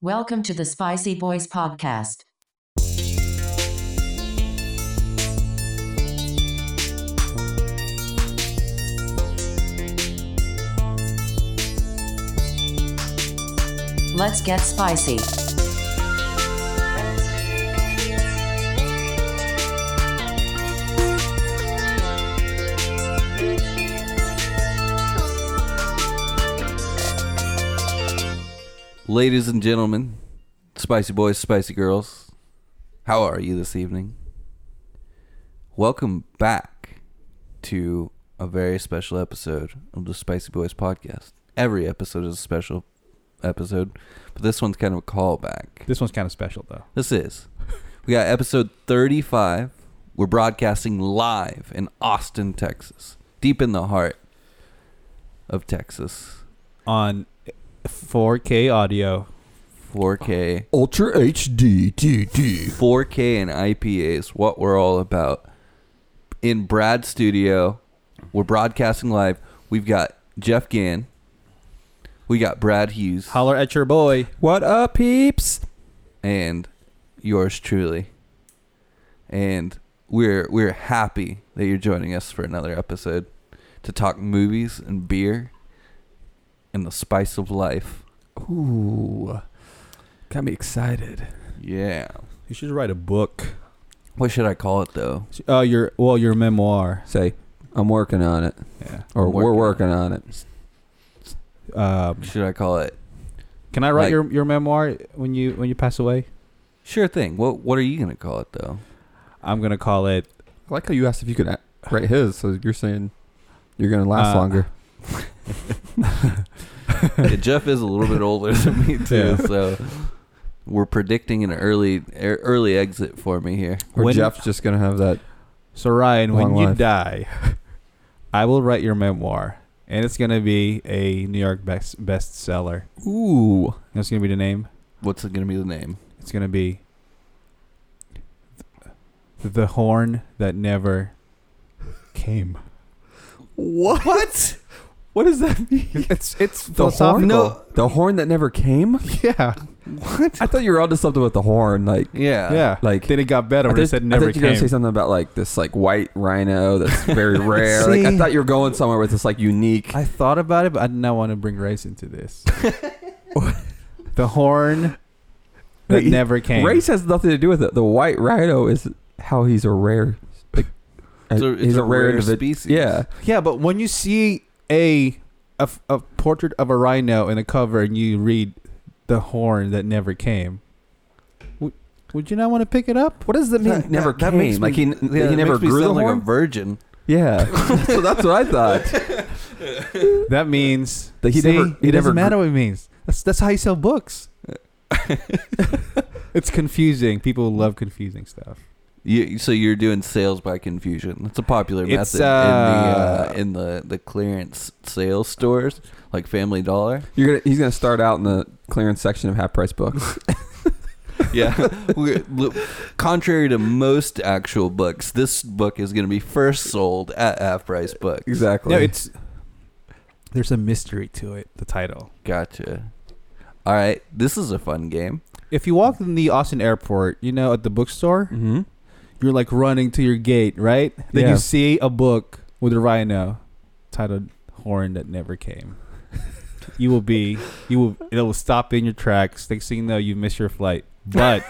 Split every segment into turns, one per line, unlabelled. Welcome to the Spicy Boys podcast. Let's get spicy.
Ladies and gentlemen, spicy boys, spicy girls, how are you this evening? Welcome back to a very special episode of the Spicy Boys podcast. Every episode is a special episode, but this one's kind of a callback.
This one's kind of special though.
This is. We got episode 35. We're broadcasting live in Austin, Texas, deep in the heart of Texas.
On 4K audio.
4K.
Ultra HD TT.
4K and IPAs, what we're all about. In Brad's studio, we're broadcasting live. We've got Jeff Gann. We got Brad Hughes.
Holler at your boy.
What up, peeps?
and yours truly. And we're we're happy that you're joining us for another episode to talk movies and beer and the spice of life.
Ooh, got me excited.
Yeah.
You should write a book.
What should I call it though?
Uh, your well, your memoir.
Say, I'm working on it,
Yeah.
or
I'm
we're
working
working on it.
Um,
Should I call it?
can I write
Like-
your, your memoir when you when you pass away?
Sure thing. What what are you gonna call it though?
I'm gonna call it.
I like how you asked if you could a- write his, so you're saying you're gonna last
Uh,
longer.
Yeah, Jeff is a little bit older than me too,
Yeah.
so we're predicting an early er, early exit for me here.
Or
when-
Jeff's just gonna have that.
So Ryan, when
Long
you
life.
die, I will write your memoir, and it's gonna be a New York best bestseller.
Ooh,
That's gonna be the name.
What's it gonna be the name?
It's gonna be the horn that never came.
what? What? What does that mean?
It's it's
The horn? the horn that never came.
Yeah,
I thought you were onto something with the horn, like.
Yeah,
yeah.
like-
then it got better
I
when it
think,
said
I
never
think you're gonna
came.
say something about like this like white rhino that's very rare. like I
See?
thought you were going somewhere with this like unique.
I thought about it, but I did not want to bring race into this. the horn that
Wait,
never came.
Race has nothing to do with it. The white rhino is how he's a rare. Like,
It's a-
uh,
it's
he's
a
a, rare,
rare
individ-
species.
Yeah,
Yeah, but when you see a, a f- a portrait of a rhino in a cover and you read the horn that never came, would, would you not want to pick it up?
What does that mean? never
that
came.
makes me-
like he,
yeah,
he
that
never
makes me
grew the
sound like
horn.
a virgin.
yeah, so that's what I thought.
That means
That he
see,
never- he
it
never
doesn't
gr-
matter what it means. That's that's how you sell books. it's confusing. People love confusing stuff.
You, so you're doing sales by confusion. That's a popular
It's,
method
uh,
in the uh, in the the clearance sales stores like Family Dollar.
You're gonna he's gonna start out in the clearance section of half price books.
Yeah, We're- look, contrary to most actual books, this book is going to be first sold at half price book.
exactly.
No, it's there's a mystery to it. The title.
Gotcha. All right, this is a fun game.
If you walk in the Austin airport, you know, at the bookstore,
hmm
you're like running to your gate, right? Then
Yeah.
you see a book with a rhino titled "Horn That Never Came." you will be, you will, it will stop in your tracks. Next thing you know, you miss your flight, but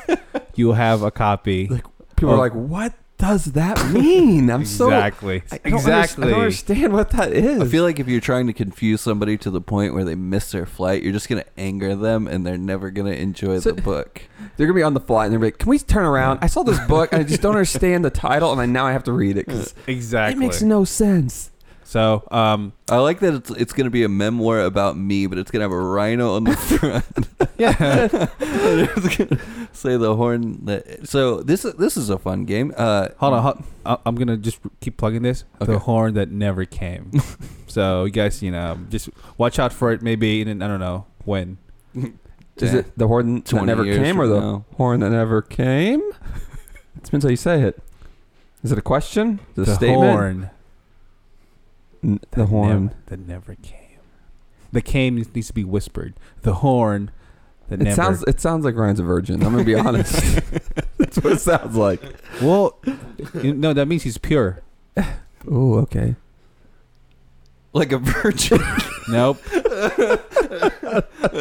you will have a copy.
people
Oh.
are like, what does that mean? I'm so
exactly,
I don't under-
exactly.
I don't understand what that is.
I feel like if you're trying to confuse somebody to the point where they miss their flight, you're just going to anger them and they're never going to enjoy
So-
the book.
They're gonna be on the fly, and they're gonna be like, "Can we turn around? I saw this book, and I just don't understand the title, and I now I have to read it because it
exactly.
makes no sense."
so, um,
I like that it's, it's going to be a memoir about me, but it's going to have a rhino on the front.
yeah,
It's gonna say the horn that. So this this is a fun game. Uh,
Hold on, hold, I- I'm gonna just keep plugging this.
Okay.
The horn that never came. so you guys, you know, just watch out for it. Maybe in I don't know when.
Is it the horn that
20
never
years
came, or
from
the
now.
horn that never came? It depends how you say it. Is it a question? Is it a statement?
horn.
N- the
that
horn.
nev- that never came. The came needs to be whispered. The horn that
It
never.
sounds it sounds like Ryan's a virgin. I'm gonna be honest. That's what it sounds like.
well, you- no, that means he's pure.
Oh, okay.
Like a virgin.
Nope.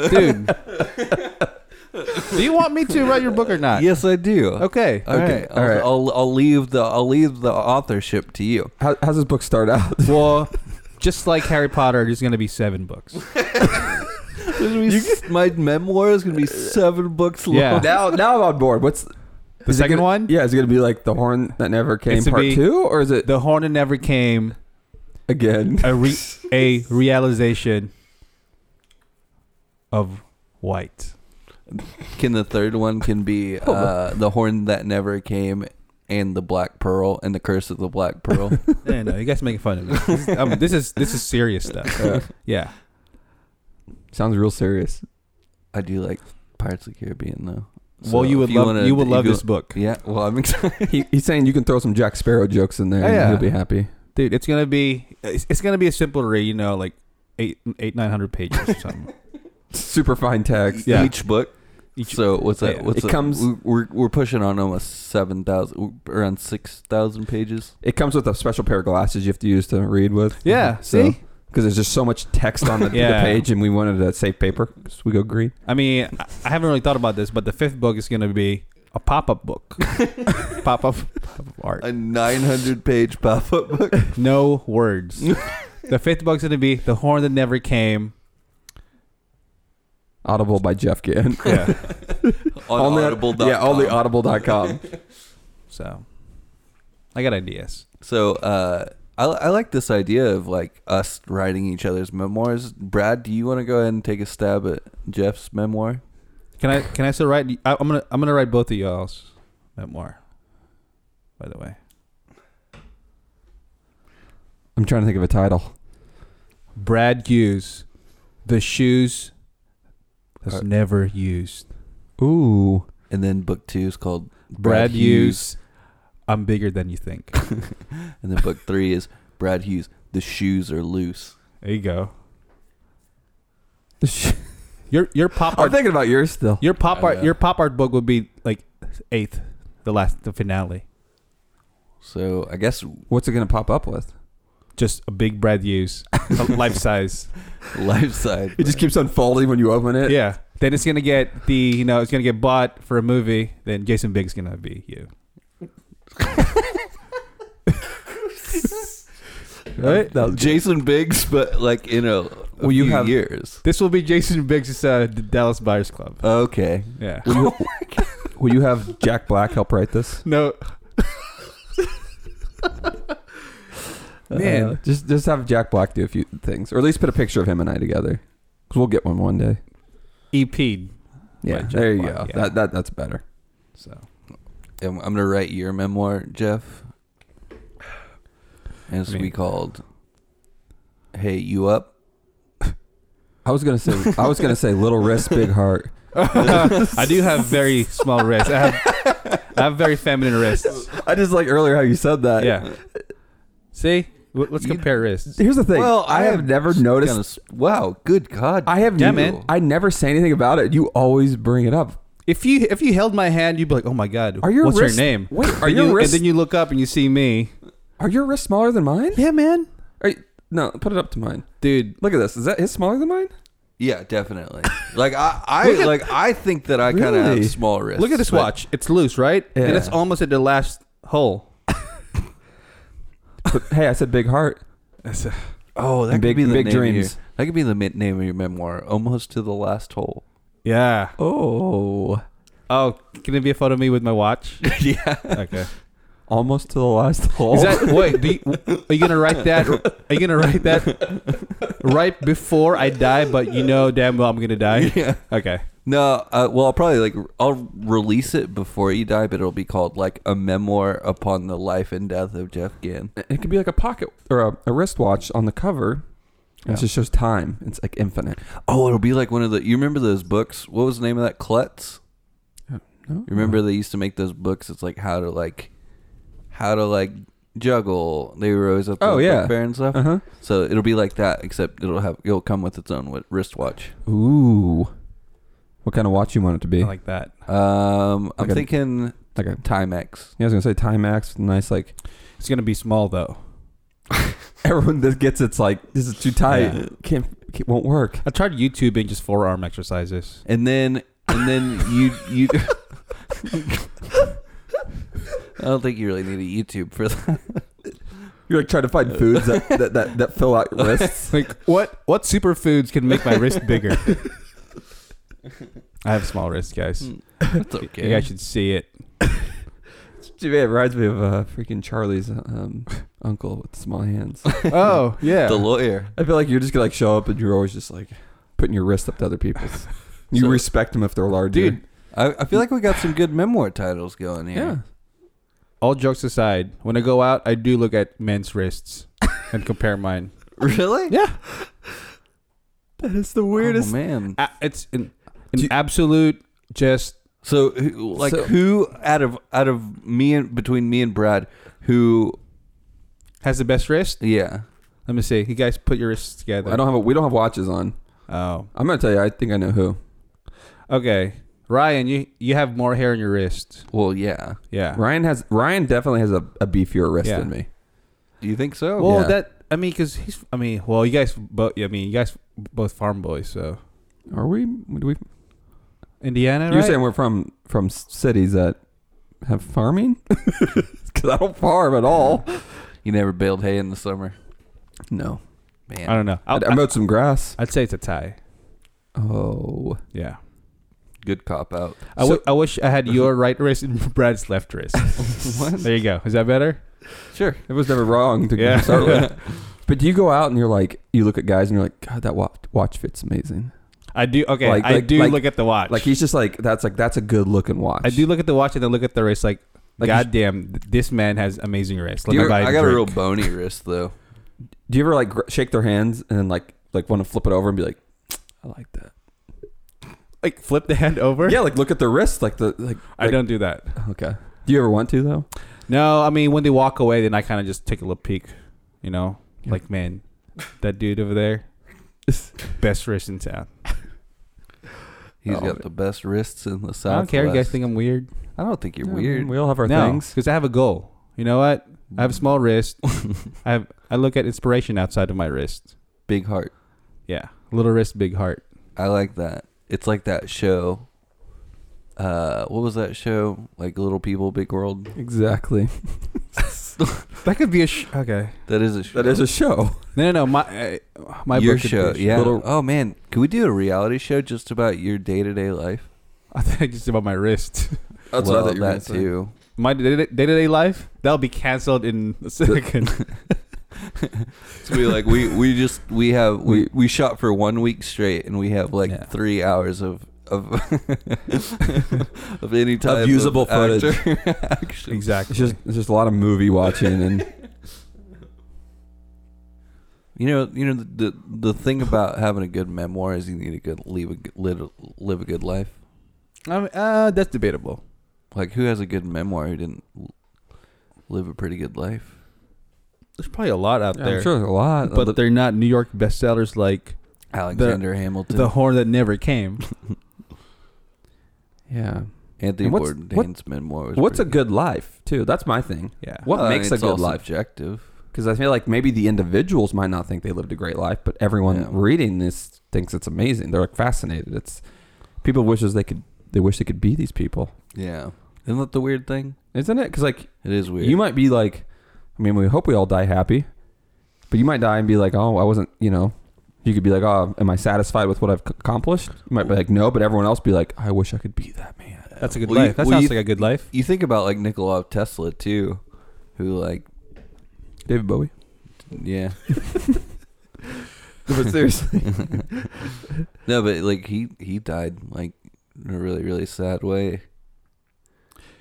Dude. Do you want me to write your book or not?
yes, I do.
Okay.
Okay.
All
I'll,
right.
all right.
I'll, I'll leave the I'll leave the authorship to you.
How, how's this book start out?
Well, just like Harry Potter, there's going to be seven books.
my memoir is gonna be seven books long.
Yeah.
now, now I'm on board. What's
The
is it
second
gonna-
one?
Yeah, is it gonna be like the horn that never came
It's to
part
be-
two, or is it
The Horn that Never Came,
again?
a, re- a realization of white.
Can the third one can be uh, the horn that never came and the black pearl and the curse of the black pearl.
No, no, you guys making fun of me. This is, um, this is this is serious stuff.
Uh,
Yeah.
sounds real serious.
I do like Pirates of the Caribbean though. So
well, you
if
would love
wanna-
you would
if
love this book,
Yeah. Well, I'm excited.
He, he's saying you can throw some Jack Sparrow jokes in there,
Oh,
and
yeah.
he'll be happy.
dude. It's gonna be it's, it's gonna be a simple read. You know, like eight eight nine hundred pages or something.
Super fine text.
Yeah.
Each book.
Each-
so what's that?
yeah.
What's
It
that?
comes-
we- We're we're pushing on almost seven thousand, around six thousand pages.
It comes with a special pair of glasses you have to use to read with.
Yeah, see?
because there's just so much text on the, the
Yeah.
page, and we wanted a safe paper, so we go green.
I mean, I- I haven't really thought about this, but the fifth book is gonna be a pop up book, pop up art.
A nine hundred page pop up book.
No words. the fifth book's gonna be the horn that never came.
Audible by Jeff Gann.
Yeah.
on
the-
audible.com.
Yeah, only audible.com.
so, I got ideas.
So uh, I, I like this idea of like us writing each other's memoirs. Brad, do you want to go ahead and take a stab at Jeff's memoir?
Can I can I still write? I, I'm gonna I'm gonna write both of y'all's memoir. By the way,
I'm trying to think of a title.
Brad Hughes, the shoes that's
Uh,
never used.
Ooh.
And then book two is called
Brad, Hughes, I'm bigger than you think.
and then book three is Brad Hughes. The shoes are loose.
There you go.
The sh-
Your your pop
I'm
art
thinking about yours still.
your pop
I
art
know.
your pop art book would be like eighth, the last the finale.
So I guess
What's it going to pop up with?
Just a big Brad Hughes, life size.
life side.
It just keeps unfolding when you open it.
Yeah. Then it's gonna get the you know it's gonna get bought for a movie. Then Jason Biggs gonna be you. right.
Now, Jason Biggs, but like you know, a
Well, you
few
have-
years.
This will be Jason Biggs' uh, D- Dallas Buyers Club.
Okay,
Yeah.
Will you, will you have Jack Black help write this?
No. Man.
Uh, just just have Jack Black do a few things, or at least put a picture of him and I together, because we'll get one one day.
EP'd.
Yeah,
Jack
there you
Black,
go.
yeah.
That, that that's better.
So.
I'm, I'm gonna write your memoir, Jeff. And it's
I
gonna be
mean-
called "Hey, you up?"
I was gonna say I was gonna say little wrist, big heart.
I do have very small wrists. I have, I have very feminine wrists.
I just like earlier how you said that.
Yeah. See, W- let's
You-
compare wrists.
Here's the thing. Well, I, have
am
never
just
noticed.
gonna s- wow, good God!
I have.
Yeah,
you-
man.
I never say anything about it. You always bring it up.
If you if you held my hand, you'd be like, "Oh my God,
Are your
what's
wrists-
her name?"
wait, are
And
your
you-
wrists-
And then you look up and you see me.
Are your wrists smaller than mine?
Yeah, man,
Are you- no, put it up to mine.
dude.
Look at this. Is that his smaller than mine?
yeah, definitely. like I, I
Look at-
like I think that I kind of
Really?
have small wrists.
Look at this
but-
watch. It's loose, right? And
Yeah.
it's almost at the last hole.
But, hey, I said big heart.
Oh, that
And
could
big-
be the
big
name of your-
dreams.
that could be the mi- name of your memoir, almost to the last hole.
Yeah.
Oh,
Oh, can it be a photo of me with my watch?
yeah,
Okay.
almost to the last hole.
Is that wait? Do you, are you gonna write that? Are you gonna write that right before I die? But you know damn well I'm gonna die.
yeah.
Okay.
No, uh, well, I'll probably like I'll release it before you die, but it'll be called like a memoir upon the life and death of Jeff Gann.
it could be like a pocket or a, a wristwatch on the cover. And
Yeah.
It just shows time. It's like infinite.
Oh, it'll be like one of the. You remember those books? What was the name of that? Klutz.
No?
You Remember they used to make those books. It's like how to like, how to like juggle. They were always up. to
Oh,
the book
yeah.
fair and stuff.
Uh huh.
So it'll be like that, except it'll have it'll come with its own wi- wristwatch.
Ooh. What kind of watch you want it to be?
I
Like,
like that.
Um, I'm
Like a-
thinking
a,
Timex.
yeah, I was gonna say Timex, nice like
It's gonna be small though.
everyone that gets it's like this is too tight,
Yeah.
can't, can't won't work.
I tried YouTubing just forearm exercises.
And then and then you you. I don't think you really need a YouTube for that.
You're like trying to find foods that that, that, that fill out your wrists.
Like what? What superfoods can make my wrist bigger? I have small wrists, guys.
Hmm.
That's
You
okay.
guys should see it.
Dude, it reminds me of uh, freaking Charlie's um, uncle with small hands.
Oh yeah.
The lawyer.
I feel like you're just gonna like show up and you're always just like putting your wrist up to other people's. You
So-
respect them if they're larger,
Dude,
I, I feel like we got some good memoir titles going here.
Yeah.
All jokes aside, when I go out, I do look at men's wrists and compare mine.
Really?
Yeah,
That is the
Oh, man.
A- it's an,
Do you-
an absolute just
So, who, like,
So-
who out of out of me and between me and Brad, who?
has the best wrist.
Yeah.
Let me see. You guys put your wrists together.
Oh I don't have. A, we don't have watches on.
Oh,
I'm gonna tell you. I think I know who.
okay. Ryan, you you have more hair on your wrist.
Well, yeah.
Yeah.
Ryan has. Ryan definitely has a, a beefier wrist
Yeah.
than me.
Do you think so?
Well,
Yeah.
that I mean, because he's. I mean, well, you guys both. I mean, you guys both farm boys. So
Are we? Do we
Indiana,
You're
right?
saying we're from from s- cities that have farming? Because I don't farm at all.
you never baled hay in the summer,
No,
man.
I don't know.
I,
I'll,
I mowed some grass.
I'd say it's a tie.
Oh,
Yeah.
Good cop out.
I, w- I wish I had your right wrist and Brad's left wrist. There you go. Is that better?
Sure.
it was never wrong to
Yeah.
start with. But do you go out and you're like, you look at guys and you're like, God, that watch, watch fits amazing.
I do. Okay,
Like-
I
like-
do
like-
look at the watch.
Like he's just like, that's like that's a good looking watch.
I do look at the watch and then look at the wrist. Like,
Like you-
goddamn, th- this man has amazing wrist. Let
Do
me
you-
buy him
I got a
drink.
real bony wrist though.
Do you ever like gr- shake their hands and then like like want to flip it over and be like, I like that.
like flip the hand over.
Yeah, like look at the wrist, like the like.
I
like-
don't do that.
Okay. Do you ever want to though?
No, I mean when they walk away, then I kind of just take a little peek. You know,
Yeah.
like man, that dude over there, best wrist in town.
He's
Oh.
got the best wrists in the south.
I don't care. You guys think I'm weird?
I don't think you're
Yeah,
weird.
We all have our
no,
things.
because I have a goal. You know what? I have a small wrist. I have. I look at inspiration outside of my wrist.
Big heart.
Yeah, little wrist, big heart.
I like that. It's like that show. Uh, what was that show? Like Little People, Big World.
Exactly.
That could be a sh- okay.
That is a show.
That is a show.
No, no, no. My uh, my
your
book could
show.
be a sh-
Yeah.
Little,
oh man, can we do a reality show just about your day to day life?
I think just about my wrist.
That's
well,
what I thought you were
that
gonna say.
too.
My day to day life that'll be canceled in a second.
So we like we we just we have we we shot for one week straight, and we have like
Yeah.
three hours of. Of, of any type
usable
actor action.
exactly.
It's just it's just a lot of movie watching and
You know, you know the, the the thing about having a good memoir is you need a good leave a good- live, live a good life.
I mean, uh, that's debatable.
Like who has a good memoir who didn't l- live a pretty good life?
There's probably a lot out there,
I'm sure there's a lot.
but
But
they're not New York bestsellers like
Alexander Hamilton,
"The Horn That Never Came."
yeah.
Anthony
and what's-
Bourdain's
what-
memoir. Was
What's a
pretty
good life too? That's my thing.
Yeah.
What
Well,
makes a
it's all
good life?
Subjective.
Because I feel like maybe the individuals might not think they lived a great life, but everyone
Yeah.
reading this thinks it's amazing. They're like fascinated. It's people wishes they could they wish they could be these people,
Yeah, isn't that the weird thing?
isn't it? Because like
It is weird.
you might be like, I mean, we hope we all die happy, but you might die and be like, oh, I wasn't, you know. You could be like, oh, am I satisfied with what I've c- accomplished? You might be like, no, but everyone else be like, I wish I could be that man.
That's a good
Well, you-
life. that
well,
sounds
you-
like a good life.
you think about like Nikola Tesla too, who like
David Bowie.
yeah
but seriously,
no, but like he he died like in a really really sad way.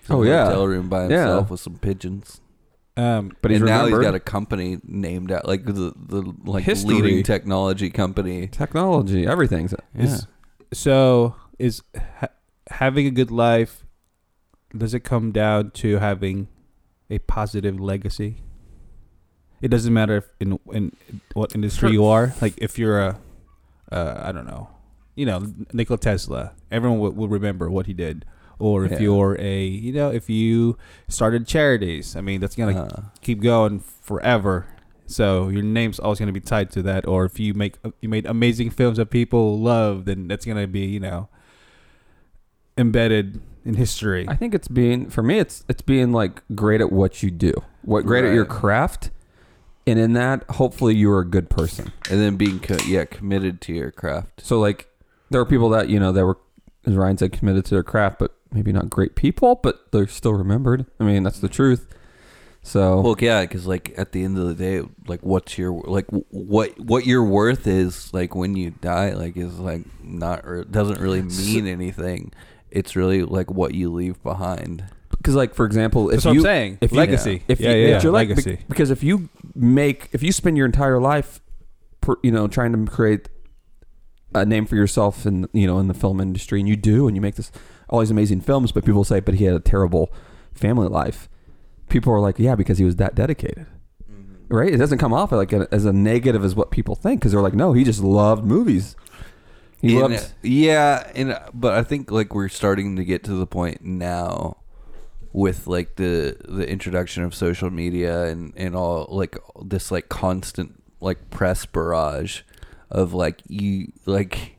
He's in
Oh,
a
yeah.
hotel room by
Yeah.
himself with some pigeons.
Um,
but he's
and now he's
remembered.
got a company named out like the the like
History.
leading technology company.
technology, everything's.
Yeah.
Is- so is ha- having a good life? Does it come down to having a positive legacy? It doesn't matter if in in what industry you are. Like if you're a, uh, I don't know, you know Nikola Tesla. Everyone will, will remember what he did. Or if
Yeah.
you're a you know if you started charities, I mean that's gonna
Uh-huh.
Uh,
keep going forever. So your name's always gonna be tied to that. Or if you make uh, you made amazing films that people love, then that's gonna be you know embedded in history.
I think it's being for me. It's it's being like great at what you do, what great at your
Right.
craft, and in that, hopefully, you're a good person.
and then being co- yeah committed to your craft.
So like, there are people that you know that were, as Ryan said, committed to their craft, but maybe not great people, but they're still remembered. I mean, that's the truth. So
Well, yeah, because like at the end of the day, like what's your like w- what what your worth is like when you die like is like not re- doesn't really mean anything. It's really like what you leave behind.
because like for example, if
that's what
you
I'm saying.
if you-
legacy.
if
yeah,
you,
yeah,
if
yeah,
you're like be-
legacy.
because if you make if you spend your entire life per, you know trying to create a name for yourself in you know in the film industry and you do and you make this all these amazing films but people say but he had a terrible family life people are like yeah because he was that dedicated right it doesn't come off like a, as a negative as what people think because they're like no he just loved movies he
And,
loved
uh, yeah, and uh, but I think like we're starting to get to the point now with like the the introduction of social media and and all like this like constant like press barrage of like you like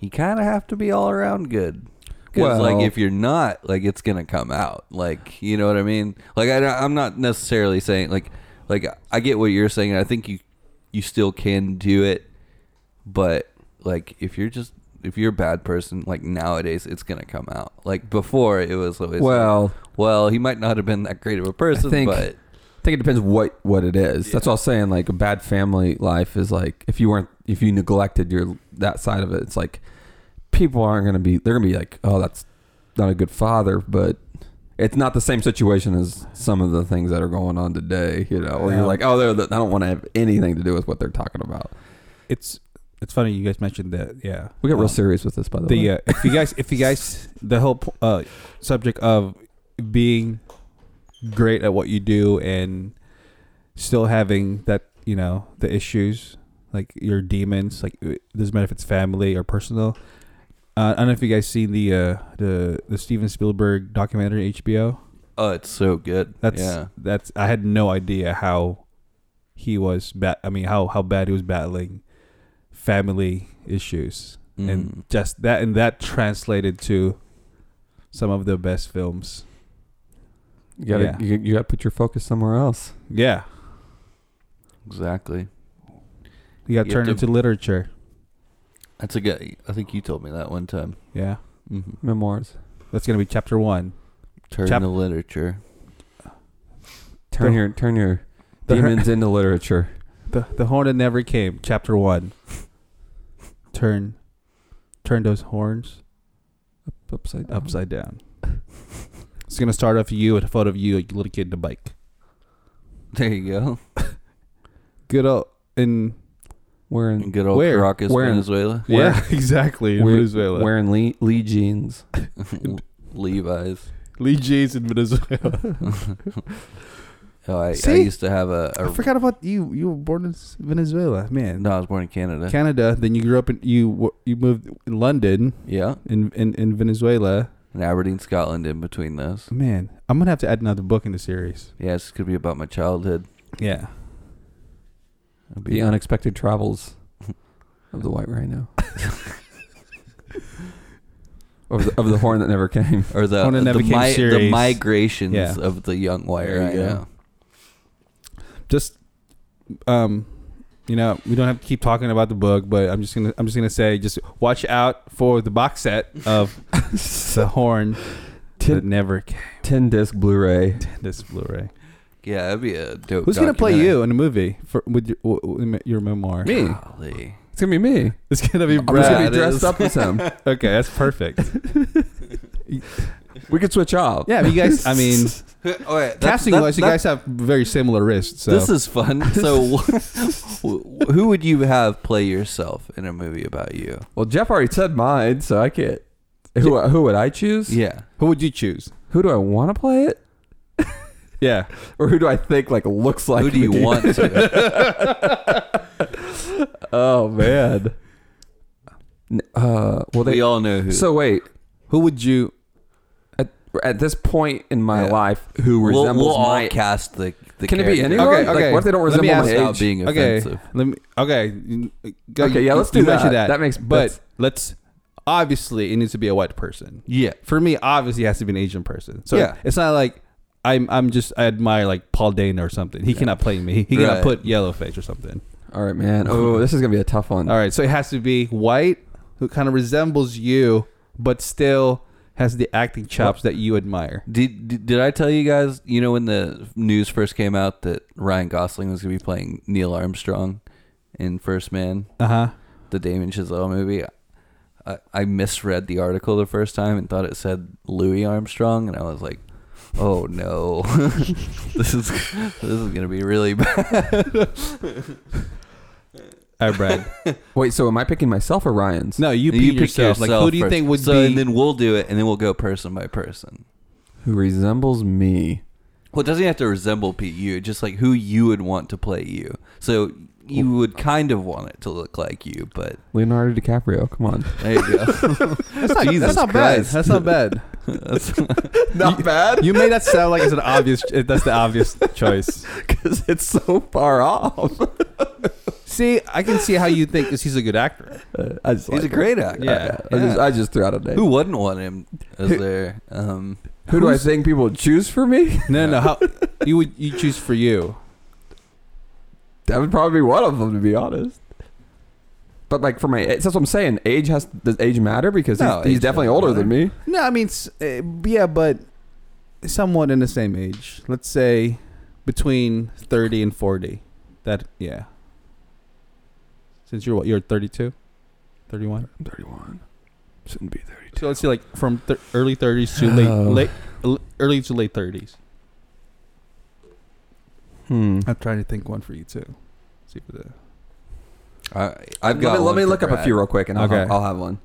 you kind of have to be all around good. Because
Well-
like if you're not, like it's gonna come out. Like you know what I mean. Like I, I'm not necessarily saying like like I get what you're saying. and I think you you still can do it, but like if you're just if you're a bad person, like nowadays it's gonna come out. Like before it was always
well
like, well he might not have been that great of a person,
think-
but
I think it depends what what it is. That's all I'm saying. Like a bad family life is like if you weren't if you neglected your that side of it, it's like people aren't gonna be they're gonna be like, oh, that's not a good father, but it's not the same situation as some of the things that are going on today. You know, where you're
Yeah.
like, oh, they're the, I don't want to have anything to do with what they're talking about.
it's it's funny you guys mentioned that. Yeah,
We got real
Um,
serious with this, by the,
the
way.
uh, if you guys if you guys the whole po- uh, subject of being great at what you do and still having that you know the issues like your demons like it doesn't matter if it's family or personal uh, i don't know if you guys seen the uh the the steven spielberg documentary hbo
oh it's so good.
that's
yeah.
that's i had no idea how he was bad i mean how how bad he was battling family issues
Mhm.
and
Mm.
just that and that translated to some of the best films.
you gotta
yeah.
you, you gotta put your focus somewhere else.
Yeah,
exactly.
you got
You have
turned
to-
into literature.
That's a good. I think you told me that one time.
Yeah,
Mm-hmm.
Memoirs.
that's gonna be chapter one.
Turn
Chap-
to literature.
Turn
The-
your turn your
the-
demons into literature.
The the horn that never came. Chapter one. turn, turn those horns
Upside down.
upside down. it's gonna start off you with a photo of you, a little kid, in a bike.
There you go.
Good old in
We're in
And good old
Where?
Caracas,
Where in-
Venezuela.
Where-
yeah, exactly. in
Wear-
Venezuela,
Wearing Lee, Lee jeans.
Levi's.
Lee J's in Venezuela.
Oh, I, I
See?
used to have a. a
I forgot about you. You were born in S- Venezuela, man.
no, I was born in Canada.
Canada. Then you grew up in you w- you moved in London
yeah,
in in, in Venezuela.
and Aberdeen, Scotland, in between those.
Man, I'm gonna have to add another book in the series.
Yeah, this could be about my childhood.
Yeah,
It'd be-
The unexpected travels of the white rhino. of, the, of the horn that never came.
or the
Conan
the,
never came
mi- the
series.
migrations
Yeah.
of the young wire.
There you
I
go.
know.
just um, you know, we don't have to keep talking about the book, but I'm just gonna I'm just gonna say, just watch out for the box set of the horn that
Ten,
never came
10 disc Blu-ray.
to this Blu-ray.
Yeah, that'd be a dope.
Who's gonna play
documentary.
you in a movie for with your, w- w- your memoir?
Me.
Golly.
It's gonna be me.
It's gonna be
I'm just gonna
Brad.
be dressed up as him.
Okay, that's perfect.
We could switch off.
Yeah, you guys. I mean,
All right, that's-
casting
that's-
wise, you
that's-
guys have very similar wrists. So.
This is fun. So, wh- who would you have play yourself in a movie about you?
Well, Jeff already said mine, so I can't. Who, who would I choose?
Yeah.
Who would you choose?
Who do I want to play it,
Yeah.
or who do I think like looks like?
who do you
me?
want to?
Oh man. N- Uh, well, they.
we all know who.
so wait,
Who would you?
at, at this point in my
Yeah.
life, who
we'll,
resembles
we'll all
my
cast the. the
Can it be
character.
anyone?
Okay,
Like,
okay.
what if they don't
Let me
resemble my
ask-
age?
Without being offensive.
Okay, let me. Okay, mm, go-
Okay, yeah,
you-
let's do
you mentioned
that. That makes-
But
that's-
let's obviously it needs to be a white person.
Yeah.
For me, obviously, it has to be an Asian person. So
Yeah.
it's not like I'm. I'm just I admire like Paul Dana or something. He cannot play me. He, he
Right.
cannot put yellow face or something.
All right, man. Oh, this is gonna be a tough one.
All right, so it has to be white, who kind of resembles you, but still has the acting chops that you admire.
Did, did did I tell you guys? You know when the news first came out that Ryan Gosling was gonna be playing Neil Armstrong in First Man,
Uh huh.
the Damon Chazelle movie. I, I misread the article the first time and thought it said Louis Armstrong, and I was like, "Oh no, this is this is gonna be really bad."
All right, Brad.
Wait, so am I picking myself or Ryan's?
No, you, pick, yourself. Like, who do you
first.
think would
so,
be?
And then we'll do it, and then we'll go person by person.
Who resembles me?
Well, it doesn't have to resemble Pete. You just like who you would want to play you. So you would kind of want it to look like you, but
Leonardo DiCaprio. Come on.
there you go.
that's not,
Jesus
that's not bad.
Christ.
That's not bad.
Not bad.
You made that sound like it's an obvious. That's the obvious choice.
Because it's so far off.
See, I can see how you think because he's a good actor.
I just
He's a great actor.
Yeah.
I, just,
Yeah.
I just threw out a name.
Who
Who,
wouldn't want him as their um,
do I think people would choose for me?
No, no, no, how you would you choose for you?
That would probably be one of them, to be honest. But like for my, eh, that's what I'm saying. Age has does age matter? Because
No,
he's, he's
age
definitely
doesn't
older than me.
No, I mean, s- eh, yeah, but somewhat in the same age. Let's say between thirty and forty. That yeah. Since you're what you're 32, 31.
I'm 31. Shouldn't be 32.
So let's see, like from th- early thirties to late,
Oh.
late, l- early to late thirties.
Hmm.
I'm trying to think one for you too. See for the
I, I've got.
Let me, let
one
me
for
look up a
Brad.
few real quick, and I'll,
Okay.
have, I'll have one.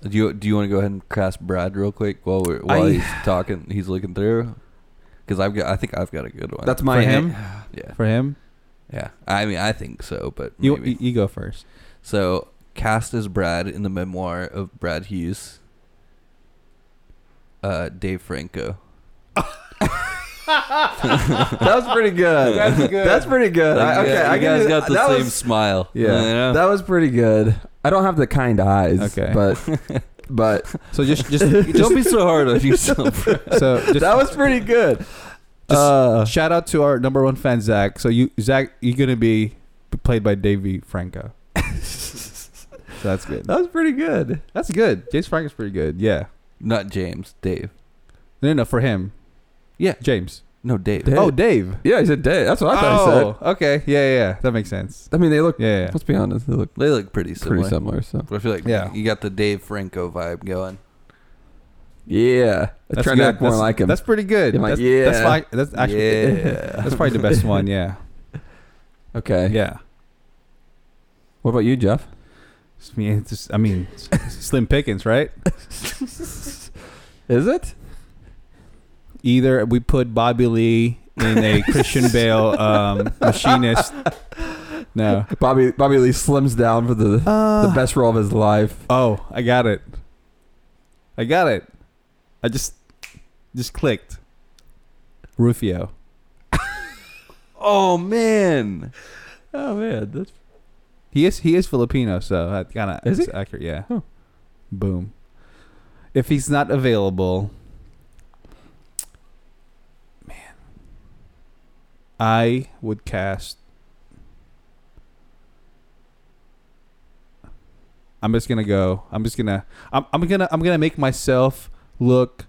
Do you do you want to go ahead and cast Brad real quick while we're while
I-
he's talking? He's looking through. Because I've got, I think I've got a good one.
That's my
for him.
yeah,
For him,
yeah. I mean, I think so, but
you,
maybe.
you you go first.
so cast as Brad in the memoir of Brad Hughes. Uh, Dave Franco.
That was pretty good. That's good. That's pretty good. Uh, I, okay,
you guys,
I
you
can
guys
do-
got the
that
same
Was,
smile.
yeah,
You know?
that was pretty good. I don't have the kind eyes.
Okay.
but but
So just just, just
Don't be so hard on yourself. Brad.
so just
that was pretty good.
Just-
uh,
Shout out to our number one fan, Zach. So you, Zach, you're gonna be played by Davey Franco. so that's good.
that was pretty good.
That's good. James Franco's pretty good. Yeah.
Not James, Dave.
No, no, for him.
Yeah.
James.
No, Dave.
Dave.
Oh, Dave.
Yeah, he said dead. That's what I thought he said.
Oh, okay. Yeah, yeah, yeah. That makes sense.
I mean, they look.
Yeah, yeah.
Let's be honest, they look
They look pretty similar.
pretty similar. So
But I feel like
Yeah.
you got the Dave Franco vibe going.
yeah, I'm
That's
trying to
good.
act more
That's-
like him.
That's pretty good.
I'm like,
that's, That's,
yeah.
like, that's actually.
yeah.
That's probably the best one. Yeah.
okay.
Yeah.
What about you, Jeff?
It's me- it's just- I mean, s- Slim Pickens, right?
Is it?
Either we put Bobby Lee in a Christian Bale um, machinist. No.
Bobby Bobby Lee slims down for the
Ah.
the best role of his life.
Oh, I got it. I got it. I just just clicked. Rufio.
Oh man.
Oh man, that's
He is he is Filipino, so that kind of
Is
is
he?
accurate. Yeah.
Oh.
Boom. If he's not available, man, I would cast. I'm just gonna go. I'm just gonna. I'm, I'm gonna. I'm gonna make myself look.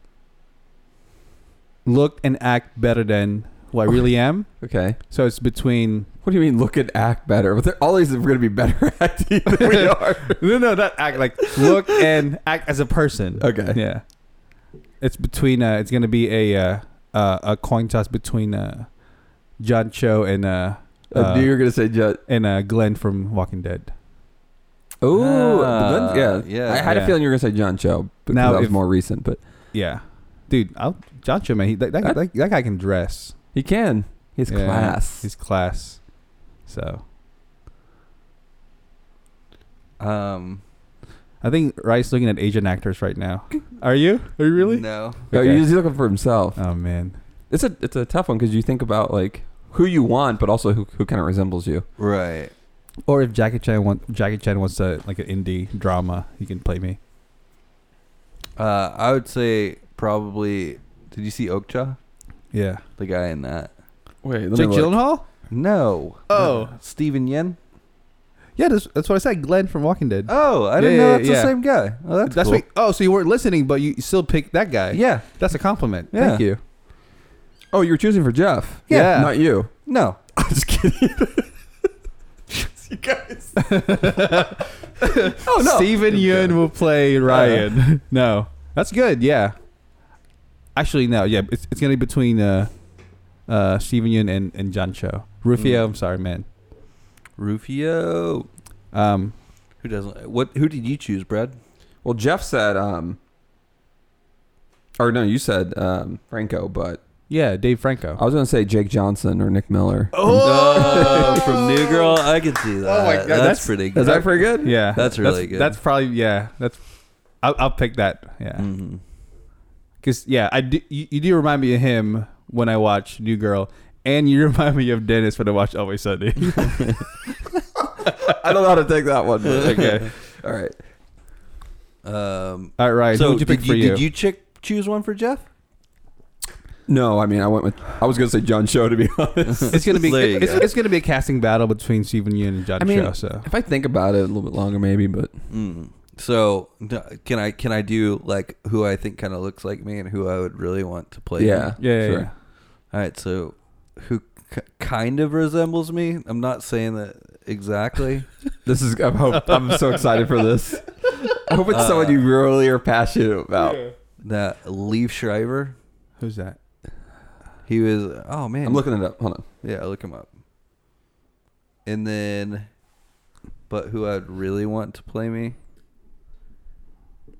Look and act better than who I really am.
okay.
So it's between
What do you mean look and act better? But they're- All these are going to be better acting than we are.
no, no, not act like look and act as a person.
Okay.
Yeah, it's between. Uh, it's gonna be a uh, uh, a coin toss between uh, John Cho and uh,
I knew you were going to say Judge.
and uh, Glenn from Walking Dead.
Ooh,
Ah,
yeah.
yeah,
I had a
yeah.
feeling you were going to say John Cho, but
Now
that was
if-
more recent. But
Yeah, dude, I'll, John Cho man, he, that, that, that, that guy can dress.
he can. He's
Yeah,
class.
He's class. So
Um
I think Rice looking at Asian actors right now. Are you? Are you really?
No.
Oh,
Okay.
he's looking for himself.
Oh man.
It's a it's a tough one because you think about like who you want, but also who who kind of resembles you.
Right.
Or if Jackie Chan want Jackie Chan wants to like an indie drama, he can play me.
Uh, I would say probably. Did you see Okja?
Yeah.
The guy in that?
Wait,
Jake Gyllenhaal?
No.
Oh.
Stephen Yen.
Yeah, that's, that's what I said. Glenn from Walking Dead.
Oh, I
Yeah,
didn't
yeah,
know that's
yeah.
the same guy. Oh, that's,
That's
cool.
what- oh, so you weren't listening, but you still picked that guy.
Yeah.
That's a compliment.
Yeah.
Thank you.
Oh, you were choosing for Jeff.
Yeah.
not you.
No.
I'm just kidding. you guys. oh no.
Steven Yeun will play Ryan. no. Uh-huh. That's good, yeah. Actually, no, yeah. It's, it's going to be between uh, uh, Steven Yeun and, and John Cho. Rufio, I'm sorry, man.
Rufio.
Um,
Who doesn't? What? Who did you choose, Brad?
Well, Jeff said, um, or no, you said um, Franco, but
yeah, Dave Franco.
I was gonna say Jake Johnson or Nick Miller.
Oh, from New Girl. I can see that.
Oh my God,
That's,
that's-
pretty good.
Is that pretty good?
yeah.
That's really good.
That's probably, yeah. That's. I'll, I'll pick that, yeah.
Mhm.
Because yeah, I do, you, you do remind me of him when I watch New Girl, and you remind me of Dennis when I watch Always Sunny.
I don't know how to take that one. But okay. All right.
Um,
All right, Ryan, who
so
would you pick
did
for
you,
you?
did you chick choose one for Jeff?
No, I mean, I went with. I was gonna say John Cho to be honest.
It's gonna be
There you
it's,
go.
it's gonna be a casting battle between Steven Yeun and John
I mean-
Cho. So
If I think about it a little bit longer, maybe, but
Mm. So d- can I can I do like who I think kind of looks like me and who I would really want to play? me?
yeah,
yeah, yeah,
sure.
yeah.
All right. So who k- kind of resembles me? I'm not saying that exactly.
This is. I'm, hope, I'm so excited for this. I hope it's someone you really are passionate about.
that Leaf Shriver.
who's that?
He was. Oh man.
I'm looking it up. Hold on.
Yeah, look him up. And then, but who I'd really want to play me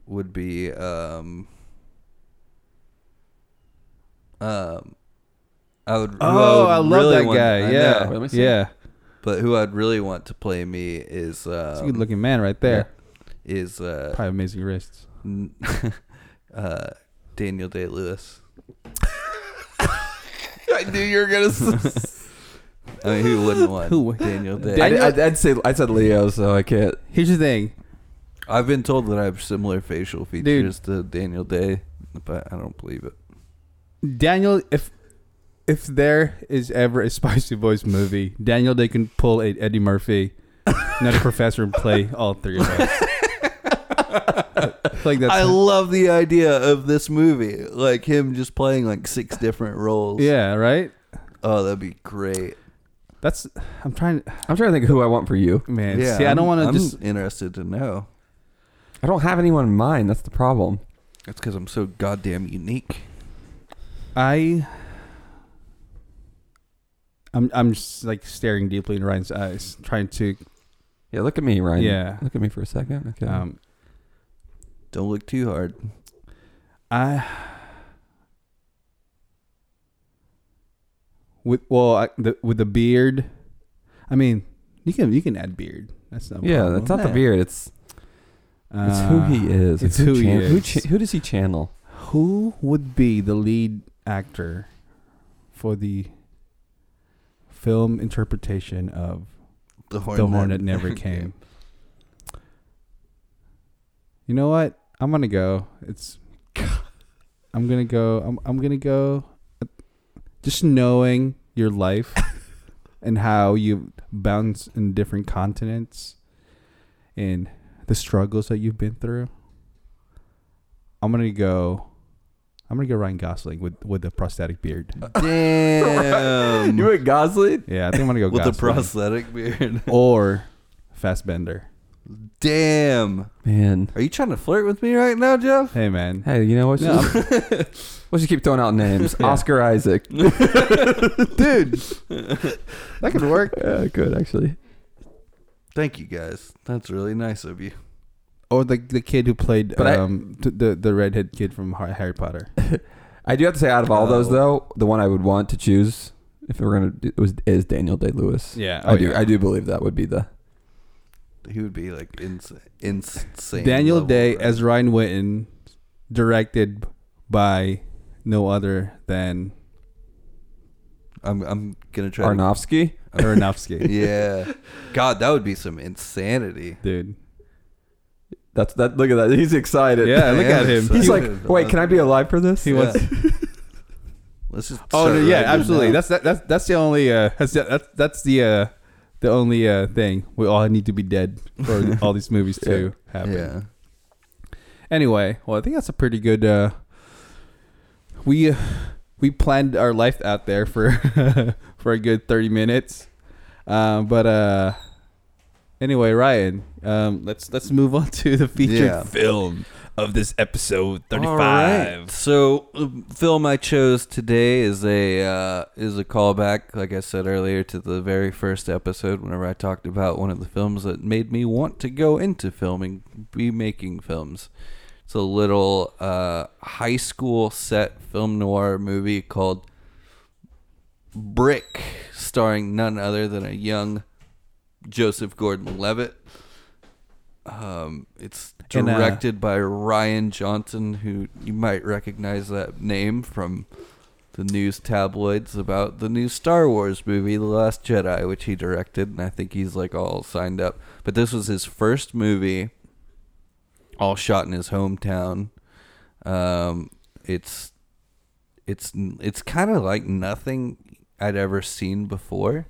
would be um um I would. who
Oh,
would
I love
really
that
want-
guy.
I
yeah,
know.
Wait, let me see.
yeah,
but who I'd really want to play me is
it's
uh
a good looking man right there.
is uh,
Probably amazing wrists.
n- uh Daniel Day Lewis.
I knew you were gonna. Say,
I mean, who wouldn't want
Who would-
Daniel Day?
I, I'd, I'd say I said Leo, so I can't.
Here's the thing,
I've been told that I have similar facial features to Daniel Day, but I don't believe it.
Daniel. If if there is ever a Spicy Boys movie, Daniel they can pull a Eddie Murphy, another professor, and play all three of us. like that's
I love the idea of this movie, like him just playing like six different roles.
yeah, right.
Oh, that'd be great.
That's I'm trying.
I'm trying to think of who I want for you.
Man, see, I don't
I'm-
want to
I'm
just.
interested to know.
I don't have anyone in mind. That's the problem.
That's because I'm so goddamn unique.
I. I'm I'm just like staring deeply in Ryan's eyes, trying to.
Yeah, look at me, Ryan.
Yeah.
look at me for a second. Okay.
Um,
Don't look too hard.
I. With well, I, the, with the beard, I mean, you can you can add beard. That's not a
yeah,
problem.
it's not the
Yeah.
beard. It's it's
Uh,
who he is.
It's who, he
chan-
is.
Who, cha- who does he channel?
Who would be the lead actor for the film interpretation of
The horn.
The
that
Hornet Never Came? You know what? I'm gonna go. It's I'm gonna go. I'm I'm gonna go. Just knowing your life and how you bounce in different continents and the struggles that you've been through. I'm gonna go. I'm gonna go Ryan Gosling with with the prosthetic beard.
Damn.
went Gosling.
Yeah, I think I'm gonna go
With the
Gosling.
prosthetic beard.
or Fassbender.
Damn.
Man,
Are you trying to flirt with me right now, Jeff?
Hey man,
hey, you know what?
No,
Just, let's just keep throwing out names.
Yeah.
Oscar Isaac.
dude, that could work.
Yeah, good actually.
Thank you guys. That's really nice of you.
Or the the kid who played
But I-
um t- the the redhead kid from Har- Harry Potter.
I do have to say, out of all those
Oh.
though, the one I would want to choose if we we're gonna do, was is Daniel Day Lewis.
Yeah,
I do. I do believe that would be the.
He would be like ins- insane.
Daniel
level,
Day
right?
as Ryan Witten, directed by no other than
I'm I'm gonna try. to-
Arnofsky.
Aronofsky.
yeah. God, that would be some insanity.
Dude,
That's that. Look at that. He's excited.
Yeah, look
Yeah,
at him.
it's
He's
so
like,
good.
wait, can I be alive for this?
he
Yeah.
wants.
Let's just.
Oh
start
no, yeah,
writing it
absolutely.
now.
That's that, that's that's the only uh that's the- that's, that's the uh the only uh thing we all need to be dead for all these movies to happen.
yeah.
Anyway, well, I think that's a pretty good. uh We uh, we planned our life out there for for a good thirty minutes, um, but uh anyway, Ryan, um, let's let's move on to the featured
Yeah.
film of this episode
All
thirty-five.
right. So, the film I chose today is a uh, is a callback, like I said earlier, to the very first episode. Whenever I talked about one of the films that made me want to go into filming, be making films. It's a little uh, high school set film noir movie called Brick, starring none other than a young Joseph Gordon-Levitt. Um, it's
And, uh,
directed by Ryan Johnson, who you might recognize that name from the news tabloids about the new Star Wars movie, The Last Jedi, which he directed, and I think he's like all signed up. But this was his first movie, all shot in his hometown. Um, it's it's it's kind of like nothing I'd ever seen before.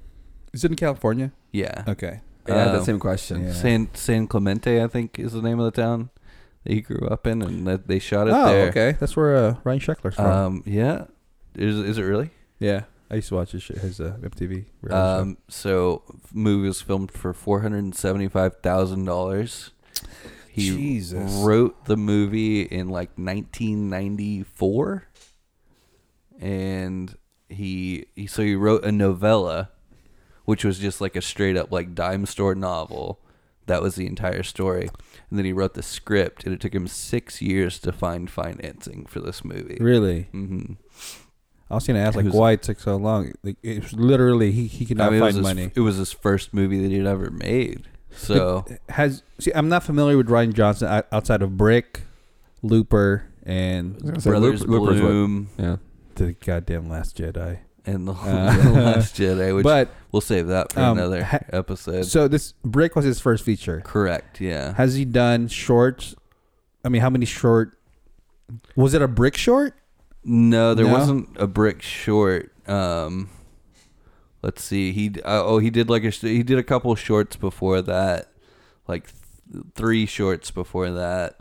Is it in California?
Yeah,
Okay.
I had
Um,
that same question.
yeah.
San San Clemente, I think, is the name of the town that he grew up in, and that they shot it
oh,
there.
okay. That's where uh, Ryan Sheckler's from.
Um, yeah, is is it really?
yeah, I used to watch his shit, his uh, MTV. reality show.
Um, so f- movie was filmed for four hundred and seventy five thousand dollars. He
Jesus.
wrote the movie in like nineteen ninety four, and he, he so he wrote a novella, which was just like a straight up like dime store novel. That was the entire story, and then he wrote the script, and it took him six years to find financing for this movie.
really?
hmm
I was gonna ask
It
like
was-
why it took so long. Like it was literally he he could not
it was
find
his,
money.
It was his first movie that he'd ever made. So
Has see, I'm not familiar with Ryan Johnson o- outside of Brick, Looper, and
Yeah. So
Brothers
Loop- Looper's what-
Bloom
Yeah.
the goddamn Last Jedi.
and the
Uh,
Last Jedi, which
but
we'll save that for
um,
another
ha-
episode.
so this Brick was his first feature.
Correct. Yeah.
Has he done shorts? I mean, how many short? Was it a Brick short?
No, there
No?
wasn't a brick short. Um, let's see. He d- uh, oh he did like a sh- he did a couple shorts before that, like th- three shorts before that.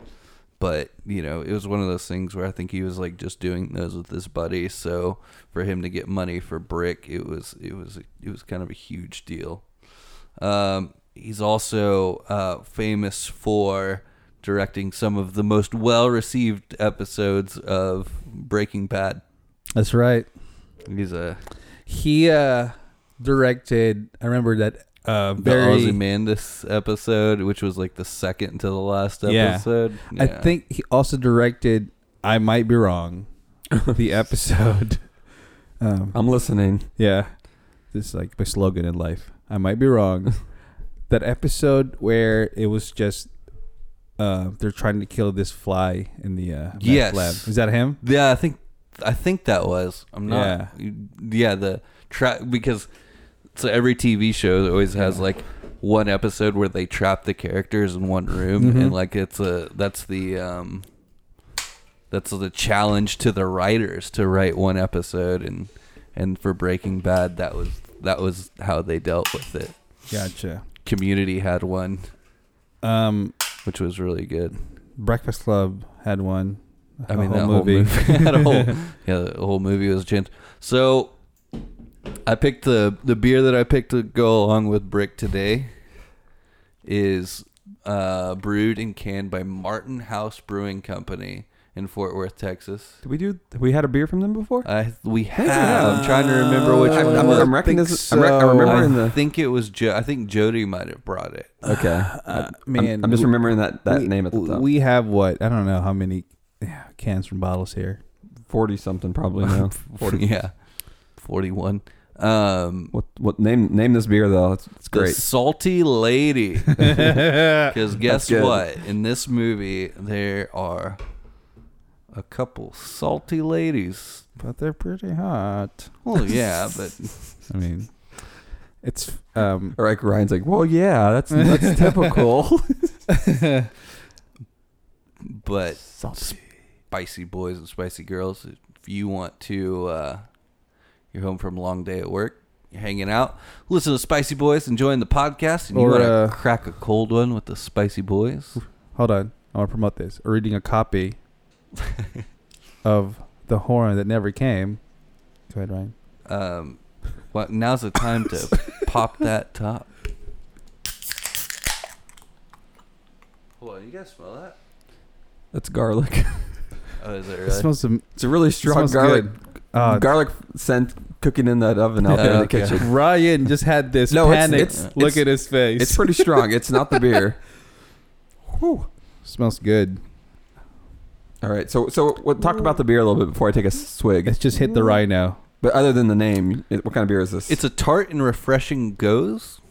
But you know, it was one of those things where I think he was like just doing those with his buddy. So for him to get money for brick, it was it was it was kind of a huge deal. Um, he's also uh, famous for directing some of the most well received episodes of Breaking Bad.
That's right.
He's a
He uh directed. I remember that uh
the
very.
Ozymandias episode, which was like the second to the last
Yeah.
episode.
I
Yeah.
think he also directed. I might be wrong. the episode. Um,
I'm listening.
yeah, this is like my slogan in life. I might be wrong. that episode where it was just uh, they're trying to kill this fly in the uh, meth
Yes.
lab. Is that him?
Yeah, I think I think that was. I'm not. Yeah, the trap because so every TV show always has like one episode where they trap the characters in one room and like it's a that's the um that's the challenge to the writers to write one episode and and for Breaking Bad that was that was how they dealt with it.
Gotcha.
Community had one
Um,
which was really good.
Breakfast Club had one.
I
A
mean,
whole
that whole movie. that whole, yeah, the whole movie was a chance. So, I picked the the beer that I picked to go along with Brick today is uh, brewed and canned by Martin House Brewing Company in Fort Worth, Texas.
Did we do? We had a beer from them before.
I we have.
we have.
I'm trying to remember which
I-
one.
I'm-
it was.
I'm reckon
think
this- I'm re- I remember
I
in the-
think it was. Jo- I think Jody might have brought it.
Okay.
Uh,
I'm-
man,
I'm, just
we-
remembering that that
we,
name at the top.
We have what? I don't know how many yeah, cans from bottles here.
Forty something probably now.
40, yeah, forty-one. Um,
What what name name this beer though? It's, it's
the
great.
salty lady. Because guess
good.
what? In this movie, there are a couple salty ladies.
but they're pretty hot.
Well, yeah, but
I mean, it's um,
All right, Ryan's like, well, yeah, that's that's typical.
but spicy boys and spicy girls. If you want to, uh, you're home from a long day at work, you're hanging out, listen to Spicy Boys, enjoying the podcast, and you
Or,
want to
uh,
crack a cold one with the Spicy Boys.
hold on, I want to promote this. We're reading a copy of the horn that never came. Go ahead, Ryan.
Um, well, now's the time to pop that top. Hold on, you guys smell that?
that's garlic.
Oh, is it
It
really?
smells am-
It's a really strong
smells
garlic
good. Uh,
garlic scent cooking in that oven out there in the
Okay.
kitchen.
Ryan just had this
No, it's-
panic.
it's-
Look
it's-
at his face.
It's pretty strong. It's not the beer.
smells good.
All right, so so what, talk about the beer a little bit before I take a swig.
It's just hit the rhino.
But other than the name, it, what kind of beer is this?
It's a tart and refreshing goes.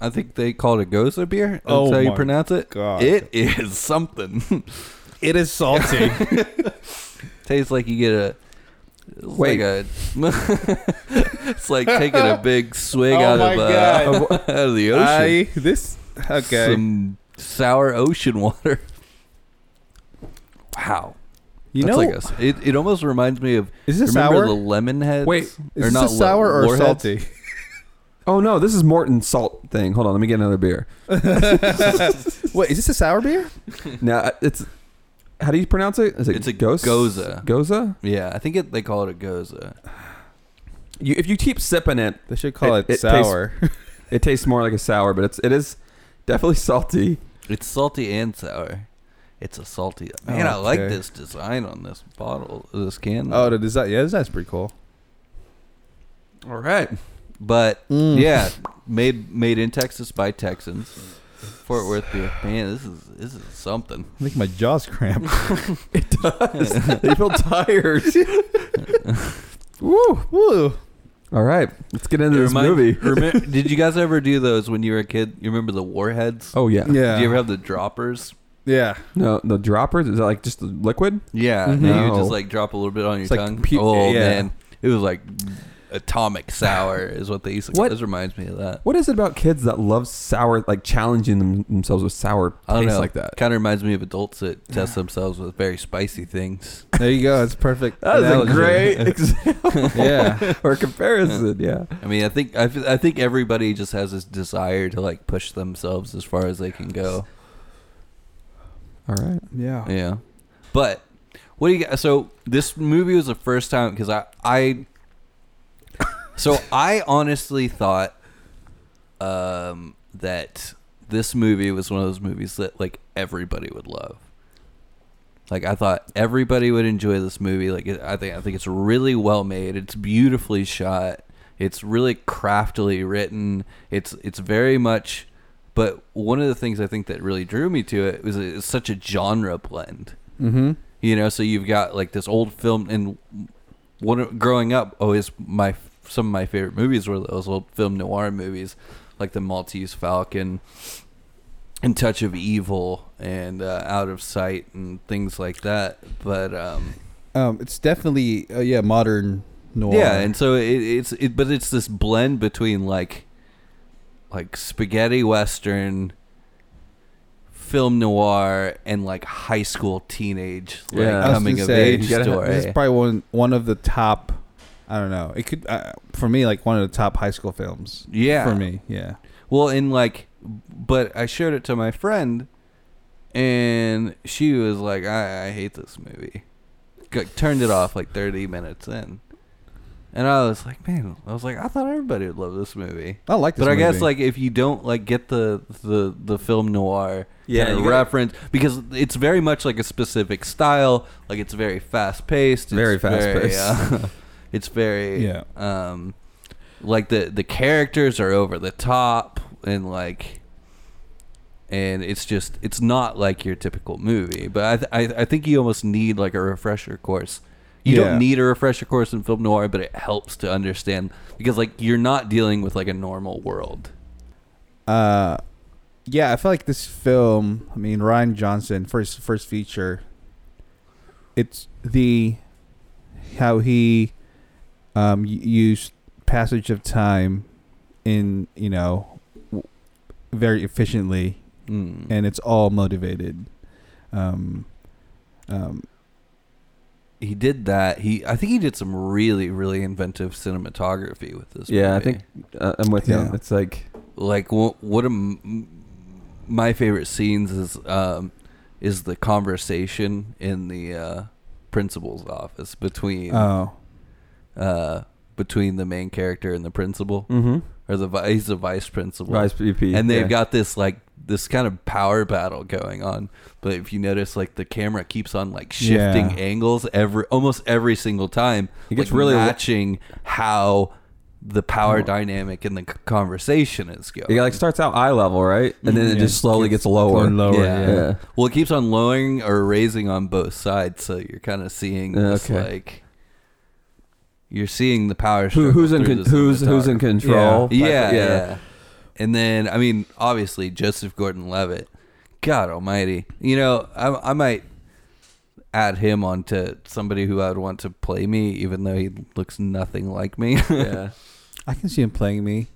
I think they call it a goza beer. That's
Oh
how you
my
pronounce it.
God.
It is something.
It is salty.
Tastes like you get a. It's Like
Wait.
a, it's like taking a big swig
Oh
out
my
of uh,
God.
out of the ocean.
I, this okay.
Some sour ocean water. Wow.
you
That's
know,
like a s- it, it almost reminds me of
is this
remember
sour?
the lemon heads?
Wait, is
is this a
le-
sour or
warheads?
salty?
oh no, this is Morton salt thing. Hold on, let me get another beer.
Wait, is this a sour beer?
Now uh, it's how do you pronounce it? Is it
It's a
gos-
goza.
Goza.
Yeah, I think it, they call it a goza.
You, if you keep sipping it,
They should call
It-
it,
it tastes-
sour.
it tastes more like a sour, but it's it is definitely salty.
It's salty and sour. It's a salty. Man, I like
okay.
this design on this bottle, this can.
oh, the design. Yeah, that's pretty cool.
all right. But
Mm.
yeah, made made in Texas by Texans. Fort Worth beer. Man, this is this is something.
I think my jaws cramped.
It does. you feel tired.
Woo, woo.
All right, let's get into
It
this
remind-
movie.
remem- did you guys ever do those when you were a kid? You remember the warheads?
Oh
Yeah.
yeah.
Did you ever have the droppers?
yeah.
No, the droppers is that like just the liquid?
Yeah,
Mhm.
you would
No.
just like drop a little bit on your
It's like
tongue.
pu-
oh
yeah.
man, it was like atomic sour is what they used to. call
What-
This reminds me of that.
What is it about kids that love sour, like challenging them, themselves with sour
I don't
taste
know.
like that?
Kind of reminds me of adults that test themselves with very spicy things.
There you go. It's perfect.
That is a
analogy.
great example
yeah.
or comparison. Yeah.
I mean, I think I, f- I think everybody just has this desire to like push themselves as far as they can go.
All right.
Yeah.
Yeah, but what do you got? So this movie was the first time because I I so I honestly thought um that this movie was one of those movies that like everybody would love. Like I thought everybody would enjoy this movie. Like it, I think I think it's really well made. It's beautifully shot. It's really craftily written. It's it's very much but one of the things I think that really drew me to it was it's such a genre blend.
Mm-hmm.
You know, so you've got like this old film and what growing up always my some of my favorite movies were those old film noir movies like The Maltese Falcon and Touch of Evil and uh, Out of Sight and things like that. But um
Um, it's definitely uh, yeah modern noir.
yeah, and so it, it's it, but it's this blend between like, like spaghetti western, film noir, and like high school teenage like
Yeah. I was
coming
gonna
of
say,
age
you gotta have-
story.
This is probably one one of the top. I don't know. It could uh, for me like one of the top high school films.
yeah,
For me, yeah.
Well, and like, but I showed it to my friend, and she was like, "I, I hate this movie." G- turned it off like 30 minutes in, and I was like, "Man," I was like, "I thought everybody would love this movie."
I like this.
But I guess
movie.
like if you don't like get the the the film noir
Yeah,
kinda
you gotta-
reference because it's very much like a specific style, like it's very fast paced,
Very fast-paced.
Uh, it's very
Yeah.
um like the the characters are over the top and like and it's just it's not like your typical movie, but I th- I, I think you almost need like a refresher course You
Yeah.
don't need a refresher course in film noir, but it helps to understand because like you're not dealing with like a normal world.
Uh, yeah, I feel like this film. I mean, Ryan Johnson first first feature. It's the how he um y- used passage of time in you know w- very efficiently,
Mm.
and it's all motivated. Um, um,
he did that. He I think he did some really really inventive cinematography with this.
Yeah, I
movie.
think uh, I'm with
Yeah.
you. It's like
like wh- what a m- my favorite scenes is um is the conversation in the uh principal's office between
oh,
uh between the main character and the principal
mm-hmm.
or the vi- he's the vice principal
vice VP,
and they've
yeah.
got this like this kind of power battle going on but if you notice like the camera keeps on like shifting
Yeah.
angles every almost every single time
It gets
like,
really- Oh.
matching how the power dynamic and the c- conversation is going
It like starts out eye level, right, and then it
Yeah,
just slowly gets
or
lower.
lower.
yeah.
yeah.
yeah.
Well, it keeps on lowering or raising on both sides, so you're kind of seeing
Yeah,
this
okay.
like you're seeing the power.
Who,
struggle
who's in
through
con-
the
who's who's in
cinematography.
control?
Yeah, yeah,
Like,
And then I mean, obviously Joseph Gordon-Levitt. God Almighty, you know, I, I might add him onto somebody who I'd want to play me, even though he looks nothing like me.
yeah.
I can see him playing me.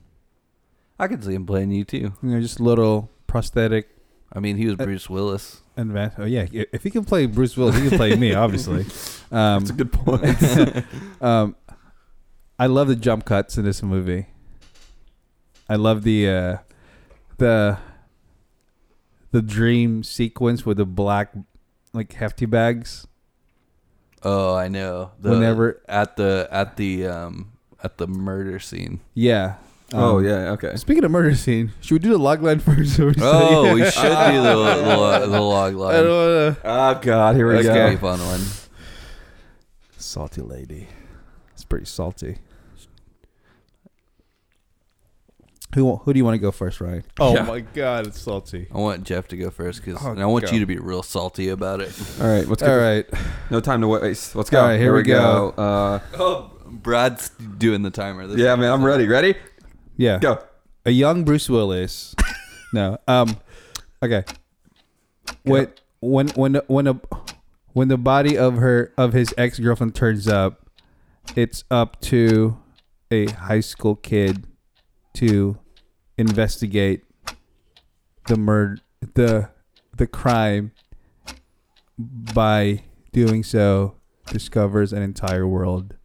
I could see him playing you too.
You know, just a little prosthetic
I mean, he was
Uh,
Bruce Willis.
Advance. Oh yeah, i- if he can play Bruce Willis, he can play me. Obviously, um,
That's a good point.
um, I love the jump cuts in this movie. I love the uh, the the dream sequence with the black like hefty bags.
Oh, I know. The-
Whenever-
at the at the um at the murder scene.
Yeah. Um,
oh yeah, okay.
Speaking of murder scene, should we do the log line first?
Oh, we should do the the, lo- the log line.
I don't wanna.
Oh god, here we
That's gonna be
go.
a fun one.
Salty lady. It's pretty salty. Who who do you want to go first, Ryan? Oh
Yeah.
my god, it's salty.
I want Jeff to go first because
Oh,
I want
go.
you to be real salty about it.
All right, let's
All
go.
right.
No time to waste. Let's go.
All right, here we go.
Uh,
Oh, Brad's doing the timer. This
yeah, man, I'm ready. Ready?
Yeah.
Go.
A young Bruce Willis. no. Um okay. When when when when a when the body of her of his ex-girlfriend turns up, it's up to a high school kid to investigate the murder the the crime by doing so discovers an entire world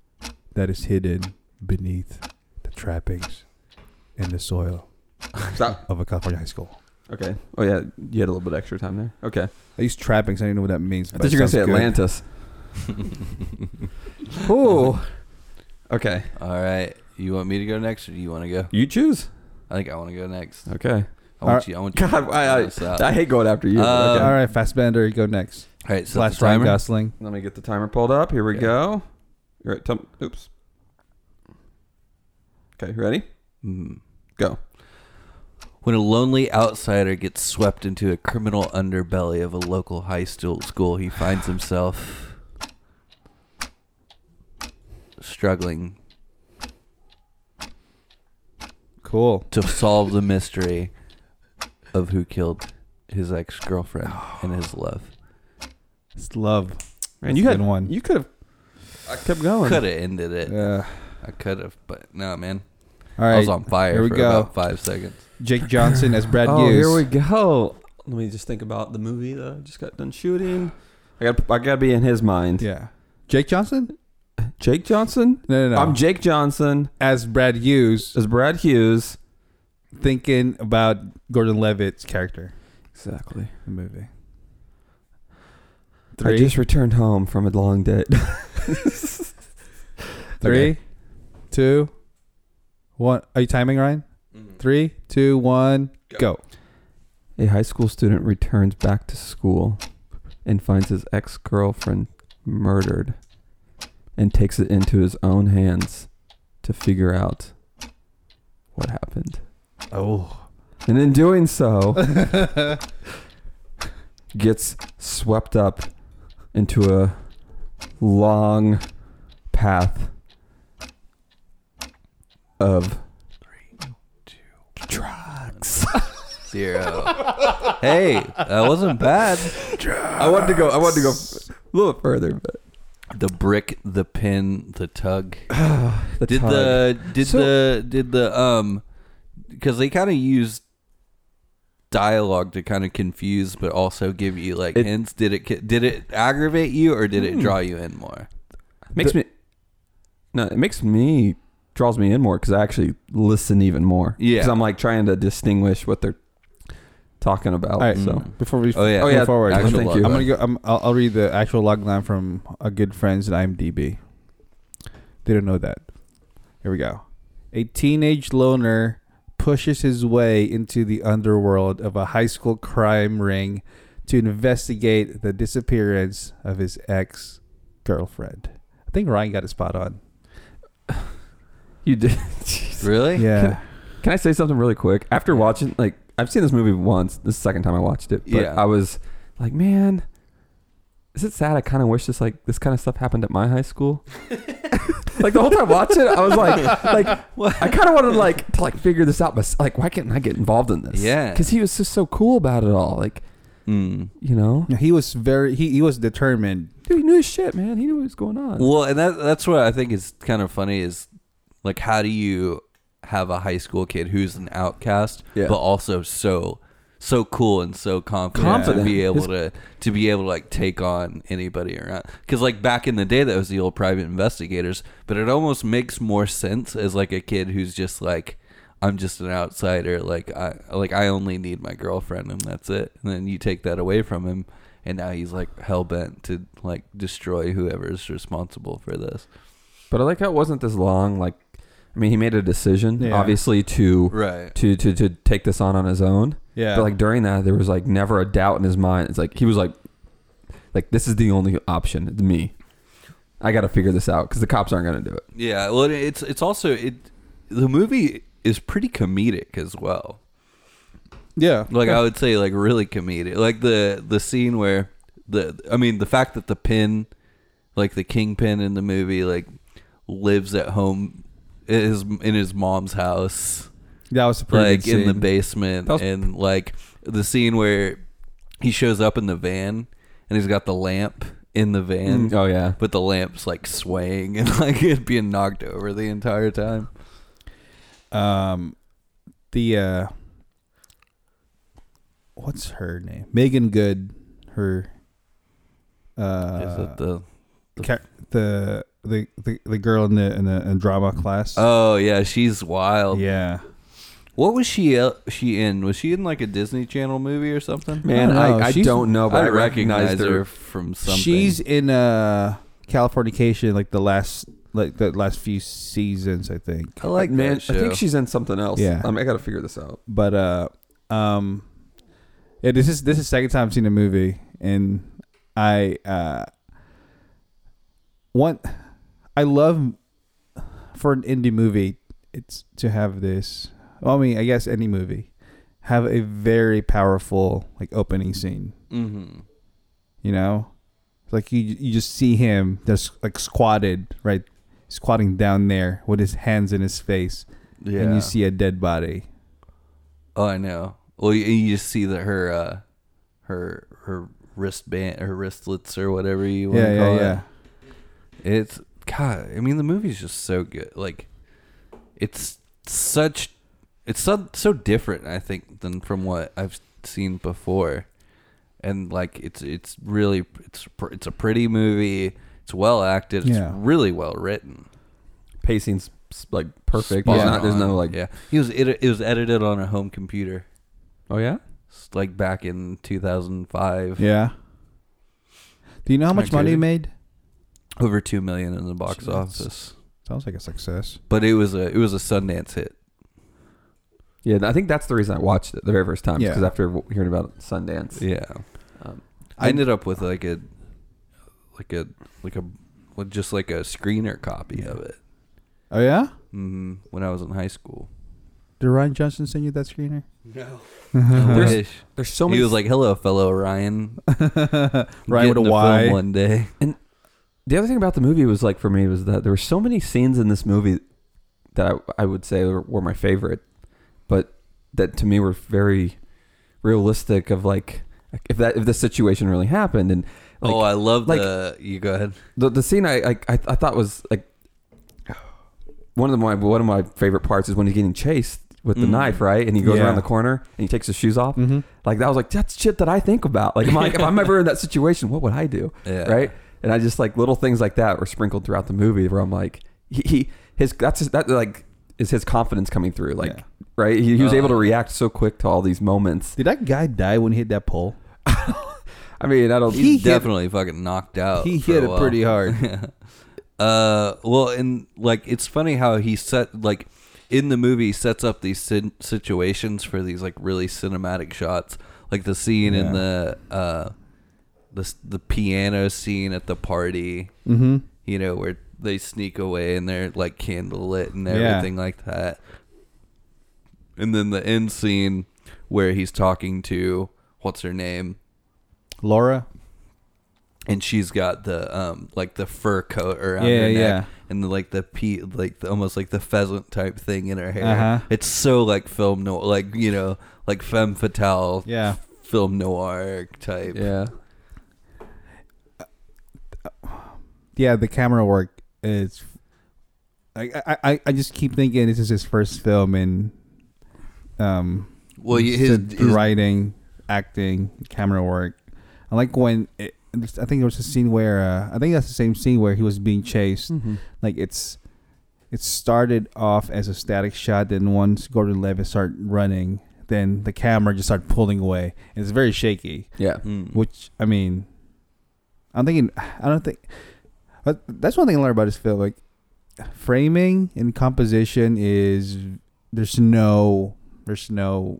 that is hidden beneath the trappings in the soil
Stop.
of a California high school.
Okay. Oh yeah, you had a little bit extra time there. Okay.
I use trappings. I don't know what that means.
I
but
thought you were gonna
it
say
sounds good.
Atlantis. Ooh. Okay.
All right. You want me to go next, or do you want to go?
You choose.
I think I want to go next.
Okay.
I want
Alright.
you. I want you.
God, I,
this out.
I, I hate going after you. but
Uh,
okay.
All right, Fastbender, you go next.
All right. So
Slash
the
Ryan
timer.
Gosling.
Let me get the timer pulled up. Here we
Okay.
go. You're at tum- Oops. Okay, ready?
Mm-hmm.
Mm.
Go.
When a lonely outsider gets swept into a criminal underbelly of a local high school, school he finds himself struggling
Cool.
to solve the mystery of who killed his ex girlfriend and his love.
It's love.
Man,
That's
you
a
had
good one.
You could have. I kept going.
Could have ended it.
Oh, Yeah.
I could have, but no, man.
All
I was
right.
on fire
Here we
for
go.
about five seconds.
Jake Johnson as Brad
oh,
Hughes.
here we go. Let me just think about the movie that I just got done shooting. I got. I got to be in his mind.
Yeah. Jake Johnson?
Jake Johnson.
No, no, no.
I'm Jake Johnson
as Brad Hughes,
as Brad Hughes.
thinking about Gordon Levitt's character
Exactly.
in the movie.
I
Three.
just returned home from a long day.
Three, two, one. Are you timing, Ryan? Three, two, one, go.
A high school student returns back to school and finds his ex girlfriend murdered and takes it into his own hands to figure out what happened.
Oh.
And in doing so, gets swept up into a long path of
Zero. hey, that wasn't bad.
I wanted to go. I wanted to go a little further, but
The brick, the pin, the tug.
the
did
tug.
the did
So-
the did the um because they kind of used dialogue to kind of confuse but also give you like
It- Hmm.
hints did it ki- did it aggravate you or did it draw you in more
makes me no it makes me draws me in more because i actually listen even more
Yeah.
because i'm like trying to distinguish what they're talking about
All right.
so
Before we
oh yeah
Oh,
go
yeah,
forward,
actual
I'm
log
I'm
line.
gonna go. I'm, I'll, I'll read the actual log line from a good friend's IMDb. They don't know that. Here we go. A teenage loner pushes his way into the underworld of a high school crime ring to investigate the disappearance of his ex girlfriend. I think Ryan got it spot on.
you did
really
Yeah.
can i say something really quick after watching like i've seen this movie once this is the second time i watched it but
Yeah.
i was like man is it sad i kind of wish this like this kind of stuff happened at my high school like the whole time watching it i was like like i kind of wanted to like to like figure this out but like why can't i get involved in this
Yeah.
because he was just so cool about it all like
Mm.
you know
He was very. He, he was determined.
Dude, he knew his shit, man. He knew what was going on.
well and that that's what i think is kind of funny is like how do you have a high school kid who's an outcast
Yeah.
but also so so cool and so confident, to
Confident.
be able
His-
to to be able to like take on anybody around because like back in the day that was the old private investigators but it almost makes more sense as like a kid who's just like i'm just an outsider like i like i only need my girlfriend and that's it and then you take that away from him and now he's like hell-bent to like destroy whoever's responsible for this
But I like how it wasn't this long. Like, I mean, he made a decision,
Yeah.
obviously, to,
right
to to to take this on on his own.
Yeah.
But like during that, there was like never a doubt in his mind. It's like he was like, like this is the only option. It's me. I got to figure this out because the cops aren't gonna do it.
yeah well it's it's also it the movie is pretty comedic as well
yeah.
like I would say like really comedic. Like the the scene where the I mean the fact that the pin like the kingpin in the movie like lives at home is in his mom's house
That was a pretty
like
good
in the
scene.
basement
That was-
and like the scene where he shows up in the van and he's got the lamp in the
Mm,
van
oh yeah.
but the lamp's like swaying and like it being knocked over the entire time
um the uh what's her name megan good her
is
uh
it the
ca- the, the the the girl in the in the in drama class
oh yeah she's wild
yeah
What was she el- she in? Was she in like a Disney Channel movie or something?
Man,
I don't know.
I, I
She's-
don't know, but I, recognized her.
from something.
she's in uh californication like the last like the last few seasons i think
I like
man.
that show.
I think she's in something else.
Yeah.
I, mean, I got to figure this out.
but uh um yeah, this is this is second time I've seen a movie and I uh want I love for an indie movie it's to have this well, I mean I guess any movie have a very powerful like opening scene
Mm-hmm.
you know It's like you you just see him just like squatted right squatting down there with his hands in his face
Yeah.
and you see a dead body
oh, I know. Well, you, you just see that her uh, her her wristband, her wristlets, or whatever you want
yeah
to
yeah
call
yeah
it. It's God. I mean, the movie's just so good. Like, it's such. It's so so different. I think than from what I've seen before. and like it's it's really it's pr- it's a pretty movie. It's well acted.
Yeah.
It's really well written.
Pacing's like perfect.
Spot
There's, not, there's
on.
no like.
yeah. He was it, it was edited on a home computer,
Oh yeah.
s- like back in two thousand five.
Yeah. Do you know how much money
Okay.
he made?
Over two million in the box
Jeez.
office.
Sounds like a success.
But it was a it was a Sundance hit.
Yeah, I think that's the reason I watched it the very first time.
Yeah.
Because after w- hearing about Sundance,
Yeah.
Um,
I ended up with like a like a like a with just like a screener copy of it
Oh yeah?
hmm when I was in high school.
Did Ryan Johnson send you that screener?
No.
Uh-huh.
There's-
Wish.
there's so many.
He was like, "Hello, fellow Ryan."
Ryan
Get
with a
in the
Y.
film one day.
the other thing about the movie was like for me was that there were so many scenes in this movie that I, I would say were, were my favorite, but that to me were very realistic of like if that if this situation really happened and like,
oh, I love
like-
the. You go ahead.
the the scene I, I I I thought was like one of the, my one of my favorite parts is when he's getting chased with the
Mm.
knife, right? And he goes
Yeah.
around the corner and he takes his shoes off.
Mm-hmm.
Like that was like that's shit that I think about. Like, I'm like if I'm ever in that situation, what would I do?
Yeah.
Right? And I just like little things like that were sprinkled throughout the movie where I'm like he, he his that's his, that like is his confidence coming through like
Yeah. Uh,
right he, he was
Oh.
able to react so quick to all these moments
Did that guy die when he hit that pole?
i mean i don't
He's
He hit-
definitely fucking knocked out.
he
for
hit
a
it
while.
pretty hard.
Uh, well, and like it's funny how he set like in the movie he sets up these sin- situations for these like really cinematic shots, like the scene in
Yeah.
the uh, the s- the piano scene at the party.
Mm-hmm.
You know where they sneak away and they're like candlelit and
Yeah.
everything like that. And then the end scene where he's talking to what's her name
Laura.
and she's got the um like the fur coat around
Yeah,
her neck
yeah.
and the, like the pe like the, almost like the pheasant type thing in her hair.
Uh-huh.
It's so like film noir, like you know, like femme fatale,
Yeah.
film noir type.
yeah
Yeah, the camera work is. I I- I, I just keep thinking this is his first film and, um,
Well, you-
it's
his,
the
his-
writing, acting, camera work. I like when it, I think there was a scene where uh, I think that's the same scene where he was being chased.
Mm-hmm.
Like it's it started off as a static shot, then once Gordon Levitt started running, then the camera just started pulling away. And it's very shaky.
yeah
Mm.
Which I mean, I'm thinking I don't think. But that's one thing I learned about this film. Like framing and composition is there's no there's no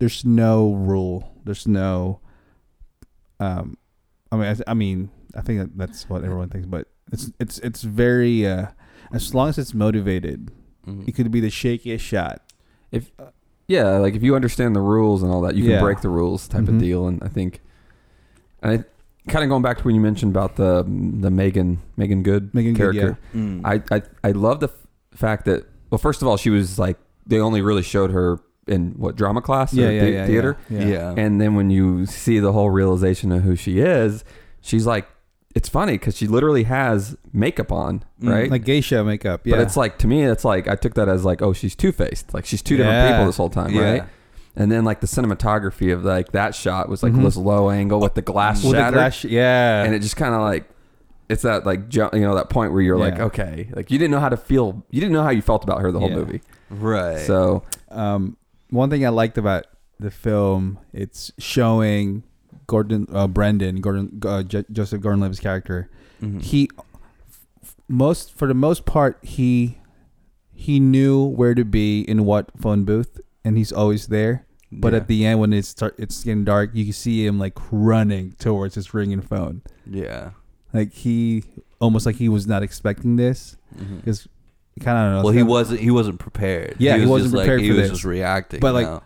there's no rule. There's no. Um, I mean, I, I mean, I think that that's what everyone thinks, but it's it's it's very uh, as long as it's motivated,
Mm.
it could be the shakiest shot.
yeah like if you understand the rules and all that you
Yeah.
can break the rules type
Mhm.
of deal and i think and i kind of going back to when you mentioned about the the megan megan good
Megan Good,
character
Mm.
I, I i love the f- fact that well first of all she was like they only really showed her in what drama class or thea- theater
yeah.
and then when you see the whole realization of who she is she's like it's funny because she literally has makeup on
Mm.
right
like geisha makeup. Yeah,
but it's like to me it's like i took that as like oh she's two-faced like she's two different
Yeah.
people this whole time
Yeah.
right and then like the cinematography of like that shot was like
Mhm.
this low angle Mm-hmm. with the glass
with the
shattered,
glass, yeah,
and it just kind of like it's that like jump, you know, that point where you're like,
Yeah.
okay, like you didn't know how to feel, you didn't know how you felt about her the whole
Yeah.
movie.
right.
So
um, one thing I liked about the film, it's showing Gordon, uh, Brendan, Gordon, uh, J- Joseph Gordon-Levitt's character.
Mhm.
He f- most for the most part he he knew where to be in what phone booth, and he's always there. But
yeah.
at the end, when it's start, it's getting dark, you can see him like running towards his ringing phone.
mm-hmm.
yeah.
Like he almost like he was not expecting this.
Mhm.
Because kind of I don't know.
Well, he wasn't. He wasn't prepared.
Yeah, he
was
wasn't
just, like,
prepared
He
for
was
this.
just reacting.
But, like,
now.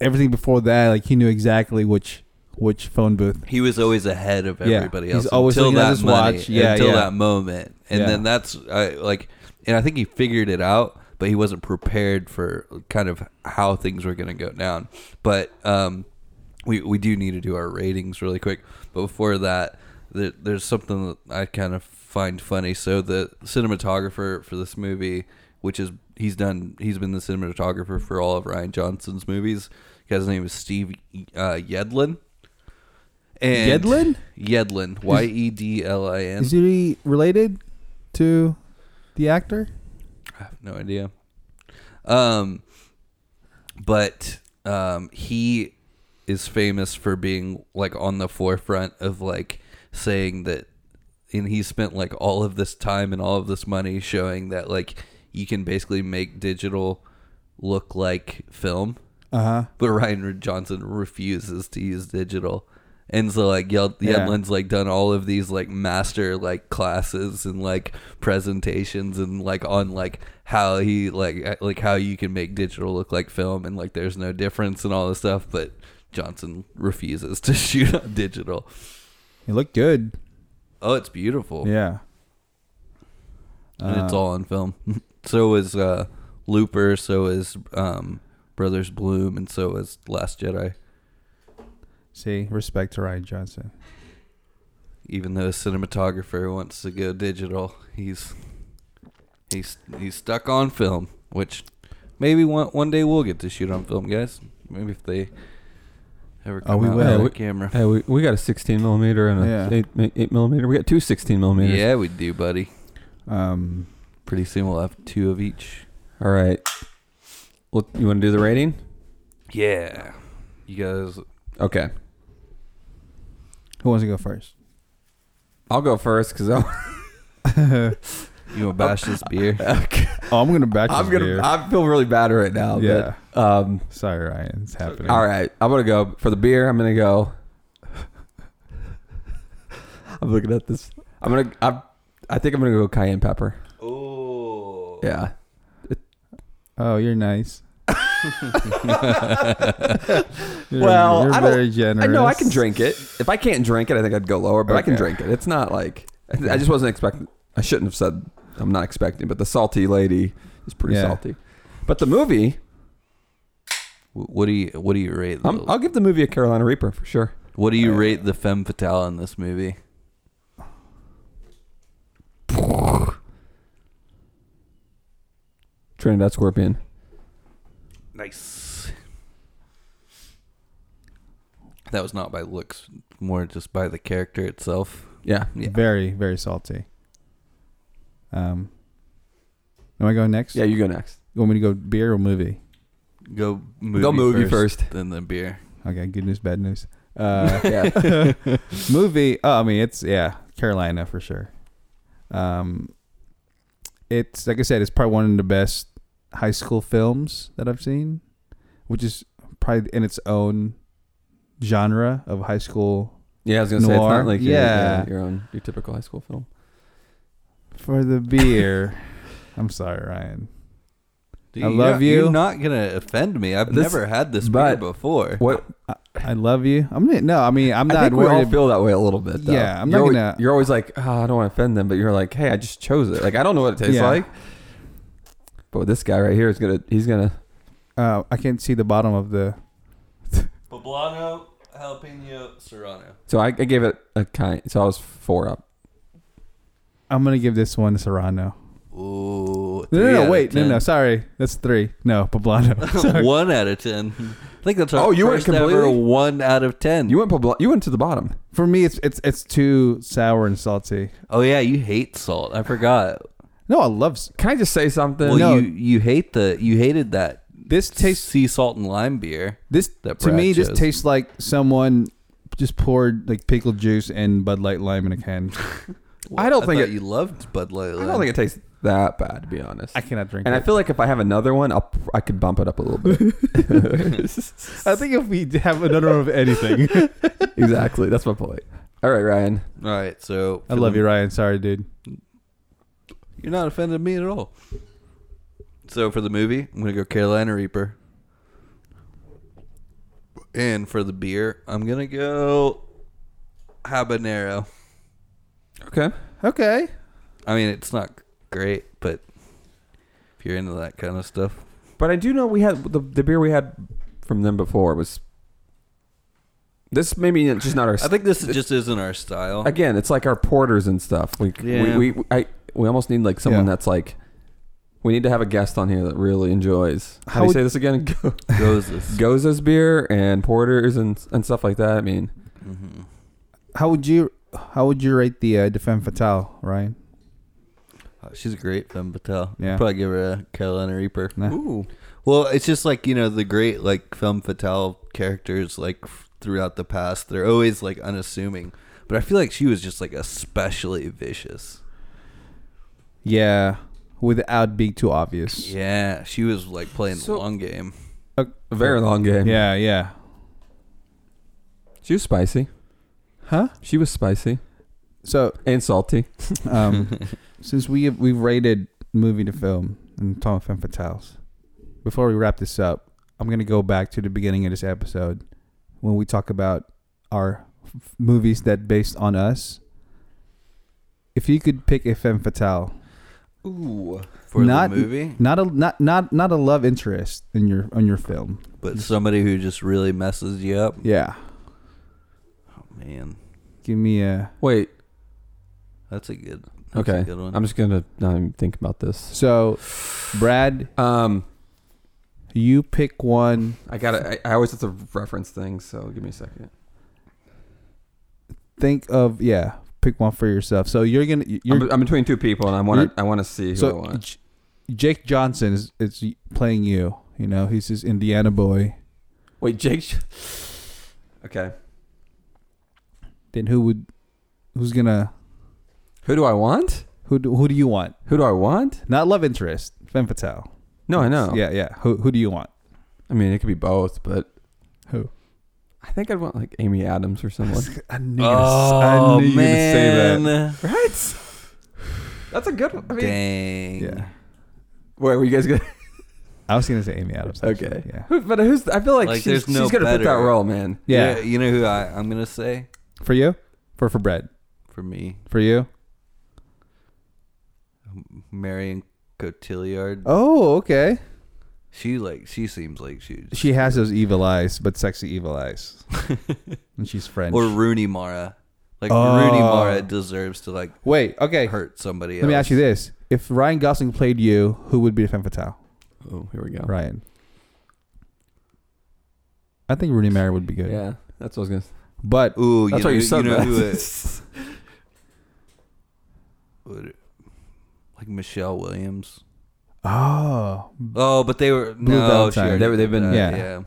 everything before that. Like he knew exactly which which phone booth
he was always ahead of
Yeah,
everybody
he's
else
always
until
looking at
that
his
money-
watch. Yeah,
until
yeah.
that moment and
Yeah.
then that's I, like and i think he figured it out but he wasn't prepared for kind of how things were going to go down but um we we do need to do our ratings really quick but before that there, there's something that i kind of find funny so the cinematographer for this movie which is he's done he's been the cinematographer for all of ryan johnson's movies his name is steve uh, yedlin and
Yedlin?
Yedlin. Y E D L I N.
Is he related to the actor?
I have no idea. Um, but um, he is famous for being like on the forefront of like saying that, and he spent like all of this time and all of this money showing that like you can basically make digital look like film.
Uh huh.
but Ryan Johnson refuses to use digital. And so like Yed-
Yeah.
Yedlin's like done all of these like master like classes and like presentations and like on like how he like uh, like how you can make digital look like film and like there's no difference and all this stuff, but Johnson refuses to shoot on digital.
He looked good.
Oh, it's beautiful.
Yeah.
And it's
Uh,
all on film. so is uh, Looper. So is um, Brothers Bloom, and so is Last Jedi.
See, respect to Ryan Johnson.
Even though a cinematographer wants to go digital, he's he's he's stuck on film. Which maybe one one day we'll get to shoot on film, guys. Maybe if they ever come
we
out
will.
with
We-
a camera.
Hey, we, we got a 16 millimeter and a
Yeah.
eight, mi- eight millimeter. We got two 16 millimeters.
Yeah, we do, buddy.
Um,
Pretty soon we'll have two of each.
All right. Well, you want to do the rating?
Yeah, you guys.
Okay.
who wants to go first?
I'll go first because I'm,
You want to bash this beer?
Oh, I'm gonna back
I'm
this
gonna.
beer.
I feel really bad right now.
Yeah.
But, um.
Sorry, Ryan. It's happening.
All right. I'm gonna go for the beer. I'm gonna go. I'm looking at this. I'm gonna. I. I think I'm gonna go cayenne pepper.
Oh.
Yeah.
Oh, you're nice. You're-
Well,
you're
I don't-
very generous.
I know I can drink it. If I can't drink it, I think I'd go lower, but I can
Okay.
drink it. It's not like I just wasn't expecting. I shouldn't have said I'm not expecting, but the salty lady is pretty
Yeah.
salty. But the movie,
Wh- What do you What do you rate? The,
I'm, I'll give the movie a Carolina Reaper for sure.
what do you rate the femme fatale in this movie?
Trinidad Scorpion.
Nice. That was not by looks, more just by the character itself.
Yeah.
Yeah.
Very, very salty. Um, am I going next?
Yeah, you go next.
You want me to go beer or movie?
Go movie.
go movie
first,
first.
then the beer.
Okay, good news, bad news. Uh,
yeah.
movie. Oh, I mean, it's yeah, Carolina for sure. Um, it's like I said, it's probably one of the best high school films that I've seen, which is probably in its own genre of high school
Yeah, I was gonna say it's
Noir.
not like your,
Yeah.
yeah. your own your typical high school film.
for the beer. I'm sorry, Ryan.
Do
I love you.
You're not gonna offend me. I've
This-
never had this beer
but-
before.
What
I, I love you. I'm not- no. I mean, I'm
i
not
think we
worried.
all feel that way a little bit. Though.
Yeah, I'm
you're
not
always,
gonna-
You're always like, oh, I don't want to offend them, but you're like, hey, I just chose it. Like I don't know what it tastes
Yeah.
like. But this guy right here is gonna. He's gonna.
uh, I can't see the bottom of the.
Poblano jalapeno serrano.
So I, I gave it a kind. So I was four up.
I'm gonna give this one Serrano.
Ooh.
No,
three
no,
out
no
of
wait, no,
10.
no, sorry, that's three. No, Poblano. Sorry.
one out of ten. I think that's our
Oh, you went
first ever
completely-
one out of ten.
You went. Pobl- you went to the bottom.
For me, it's it's it's too sour and salty.
oh yeah, you hate salt. I forgot.
No, I love s-
Can I just say something?
Well,
No.
you you hate the you hated that
this. Tastes
sea salt and lime beer.
this
That
to me.
Brad
This
chose.
tastes like someone just poured like pickle juice and Bud Light lime in a can.
I don't think
thought
it-
you loved Bud Light.
I don't think it tastes that bad, to be honest.
I cannot drink
and I
it.
feel like if I have another one, I'll, I could bump it up a little bit.
I think if we have another of anything,
exactly. That's my point. All right, Ryan.
All right, so
I love you, Ryan. Sorry, dude.
You're not offended me at all. So for the movie, I'm gonna go Carolina Reaper. And for the beer, I'm gonna go habanero.
Okay.
Okay,
I mean, it's not great, but if you're into that kind of stuff,
But I do know we had the, the beer we had from them before was. This maybe it's just not our.
I think this just isn't our style.
again, it's like our porters and stuff. We
Yeah.
we, we I we almost need like someone
Yeah.
that's like. We need to have a guest on here that really enjoys.
How
How, do you
would-
say this again? Go-
Goes this.
Goza's beer and porters and and stuff like that. I mean,
Mhm.
how would you how would you rate the uh, Defend Fatale, Ryan?
Uh, She's a great femme fatale.
Yeah.
Probably give her a Carolina Reaper.
Nah.
ooh,
Well, it's just like you know the great like femme fatale characters like f- throughout the past. They're always like unassuming, but I feel like she was just like especially vicious.
Yeah, without being too obvious.
Yeah, she was like playing the
So-
long game.
a very long game.
yeah, yeah.
she was spicy.
Huh?
She was spicy
So
and salty.
um, since we have, we've rated movie to film and Tom Femme Fatales, before we wrap this up, I'm gonna go back to the beginning of this episode when we talk about our f- movies that based on us. If you could pick a femme fatale,
Ooh. For
Not-
the movie,
not a not not not a love interest in your on your film.
but somebody who just really messes you up.
Yeah.
Oh, man,
Give me a
Wait.
that's a good. That's
Okay.
a good one.
I'm just gonna not even think about this.
so, Brad.
Um,
You pick one.
I gotta. I, I always have to reference things, so give me a second.
Think of yeah. Pick one for yourself. So you're gonna you're
I'm, I'm between two people, and I want
You're-
to. I want to see who I
so
want.
J- Jake Johnson is it's playing you. You know he's this Indiana boy.
Wait, Jake. Sh- Okay.
Then who would who's gonna
Who do I want?
who do, who do you want?
Who do I want?
Not love interest. Femme fatale.
No, I know.
Yeah, yeah. Who who do you want?
I mean, it could be both, but
Who?
I think I'd want like Amy Adams or someone.
I knew
oh
you were gonna say that.
man,
right. That's a good one. I mean,
dang.
Yeah.
wait, were you guys gonna?
I was gonna say Amy Adams. actually.
Okay.
Yeah.
Who, but who's? I feel like,
Like,
she's,
there's no
she's gonna fit that
better.
role, man.
Yeah.
You know who I, I'm gonna say
For you? For for Brad?
for me,
For you?
Marion Cotillard.
Oh, okay.
She like she seems like she was-
She has those evil eyes, but sexy evil eyes. and she's French.
or Rooney Mara. Like
Oh.
Rooney Mara deserves to like
Wait. Okay.
hurt somebody else.
Let me ask you this: If Ryan Gosling played you, who would be the femme fatale?
Oh, here we go.
Ryan. I think Rooney Mara would be good.
Yeah, that's what I was gonna.
But
Ooh,
That's
you
why
know,
you said
know
that.
who it- would it- like Michelle Williams.
oh,
Oh, but they were
Blue
no,
Valentine.
she already
They were- they've
did
been-
that,
yeah.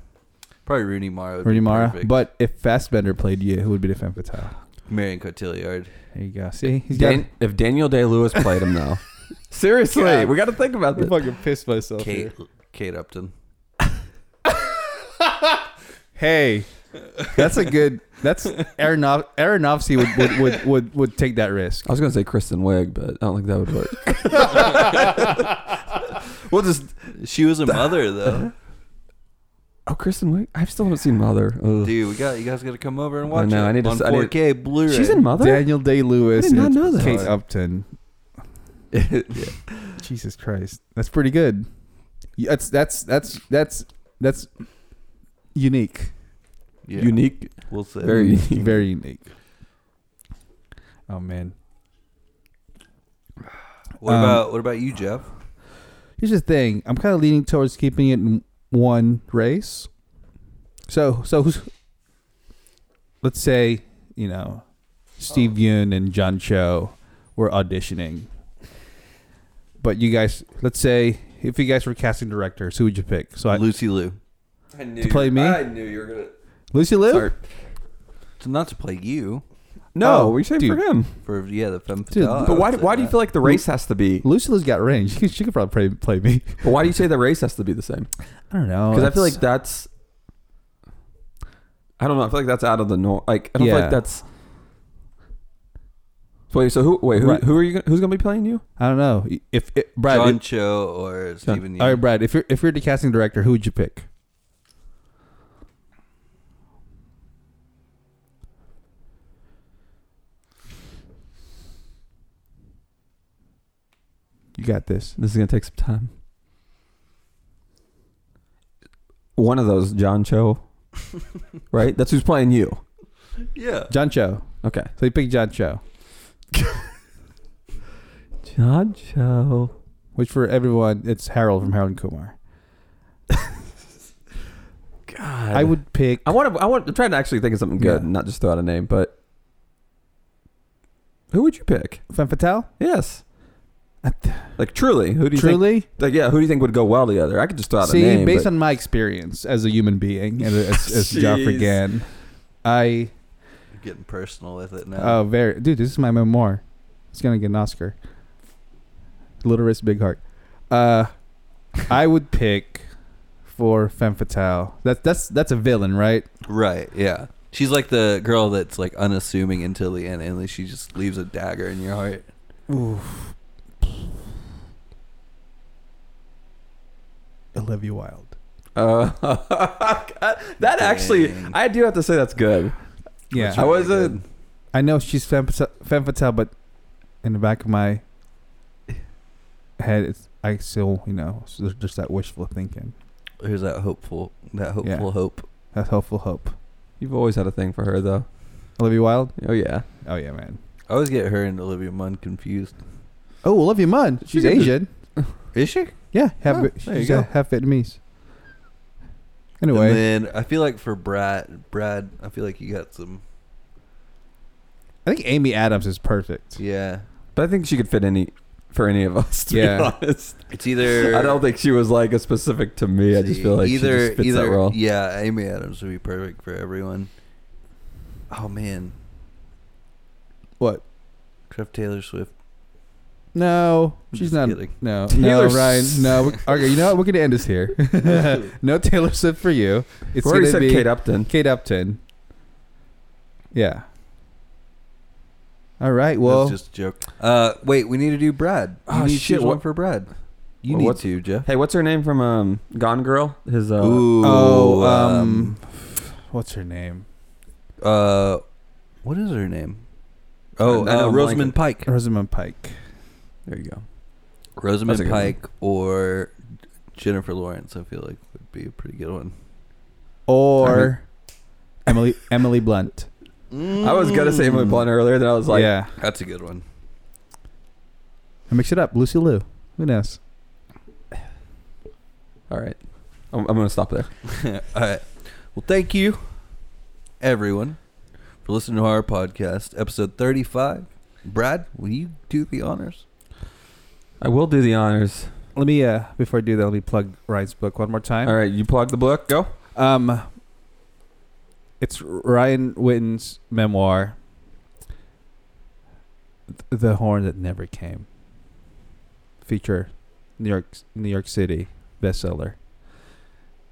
Probably Rooney Mara. would be
Rooney Mara.
perfect.
But if Fassbender played you, who would be the femme fatale?
Marion Cotillard.
There you go. See, he's got.
Dan- if Daniel Day Lewis played him though, seriously,
God.
we got to think about
I'm
this.
fucking pissed myself.
Kate
here.
Kate Upton.
Hey, that's a good. That's Aronof, Aronofsky would would, would would would take that risk.
I was gonna say Kristen Wiig, but I don't think that would work. we'll just
She was a mother though.
oh Kristen Wiig. I still haven't seen Mother. Ugh.
Dude, we got you guys got to come over and watch
know,
it
I need to
on
s- I need-
4K Blu-ray.
She's in Mother.
Daniel Day Lewis
I did not know that.
Kate Upton. Jesus Christ, that's pretty good. Yeah, That's that's that's that's that's unique.
Yeah,
Unique,
We'll see.
very unique.
Very unique. Oh man.
What
Um,
about what about you, Jeff?
Here's the thing. I'm kind of leaning towards keeping it in one race. So so who's let's say you know Steve Yoon and John Cho were auditioning, but you guys let's say if you guys were casting directors, who would you pick? So I,
Lucy Liu.
I knew
To play you- me? I
knew you were gonna.
Lucy Liu.
Sorry.
So not to play you
No,
Oh,
we should for
dude.
him.
for yeah the femme
Dude,
fatale. I
But why?
would say
Why do you
that.
feel like the race has to be?
Lucy Liu's got range. She could, she could probably play, play me.
But why do you say the race has to be the same?
I don't know.
Because I feel
that's-
like Oh, that's. I don't know. I feel like that's out of the norm. Like I don't feel
Yeah.
like that's. So wait. So who? Wait. Who?
Right.
Who are you? gonna- Who's gonna be playing you?
I don't know. If, if Brad,
John
if-
Cho or
John-
Stephen Yeun?
all right, Brad, if you're if you're the casting director, who would you pick? You got this.
This is gonna take some time. One of those, John Cho, right? That's who's playing you.
Yeah.
John Cho.
Okay,
So you pick John Cho,
John Cho.
which for everyone, it's Harold from Harold and Kumar.
God,
I, would pick.
I want to. I want. I'm trying to actually think of something good,
Yeah.
and not just throw out a name. But who would you pick?
Femme Fatale.
Yes. Like truly, who do you think?
Truly,
Like yeah, who do you think would go well together? I could just throw out
See,
a name.
based
but-
on my experience as a human being and as, as Joffrey
Jeez.
Gann, I
You're getting personal with it now.
oh very dude, this is my memoir. It's gonna get an Oscar. Little wrist, big heart. Uh, I would pick for femme fatale. That's that's that's a villain, right?
Right. Yeah. She's like the girl that's like unassuming until the end, and then she just leaves a dagger in your heart.
Olivia Wilde.
uh, that actually,
Dang.
I do have to say that's good.
Yeah,
I wasn't-
I know she's femme, fata- femme fatale, but in the back of my head, it's, I still, you know, so there's just that wishful thinking.
There's that hopeful, that hopeful
Yeah.
hope.
That's hopeful hope.
You've always had a thing for her, though.
Olivia Wilde?
Oh yeah,
Oh, yeah, man.
I always get her and Olivia Munn confused.
Oh, Olivia Munn. She's
She did the-
Asian.
Is she?
Yeah, half,
Oh,
Vi-
there you
she's uh,
go.
half Vietnamese. Anyway.
And then I feel like for Brad, Brad, I feel like you got some.
I think Amy Adams is perfect.
Yeah,
but I think she could fit any for any of us. To
Yeah.
be honest,
it's either.
I don't think she was like a specific to me. I just feel like
either
she just fits
either
that role.
yeah, Amy Adams would be perfect for everyone. Oh man,
What?
except Taylor Swift.
No,
I'm
she's
just
not.
kidding.
No,
Taylor
no, Ryan.
S-
No, we- okay. You know what? We're gonna end this here. no Taylor Swift for you. It's
We already
gonna
said
be
Kate Upton.
Kate Upton. Yeah. All right. Well,
That's just a joke. Uh, wait, we need to do Brad. You
Oh,
need to
shit,
choose one
what-
for Brad. You
Well,
need
what's-
to, Jeff.
Hey, what's her name from um, Gone Girl? His uh,
Ooh,
oh, um, what's her name?
um, uh, what is her name? Oh,
I- I know
uh,
I'm
Rosamund Pike.
Rosamund Pike.
there you go. That's a
Rosamund
good one.
Pike or Jennifer Lawrence. I feel like would be a pretty good one.
Or Emily Emily Blunt.
I was gonna say Emily
Mm.
Blunt earlier, then I was like,
yeah.
That's a good one.
I mix it up. Lucy Liu. Who knows?
all right, I'm, I'm gonna stop there.
All right. Well, thank you, everyone, for listening to our podcast, episode 35. Brad, will you do the honors?
I will do the honors.
Let me uh before I do that, let me plug Ryan's book one more time.
All right, you plug the book. Go.
Um, it's Ryan Witten's memoir, Th- "The Horn That Never Came." Feature, New York, New York City bestseller,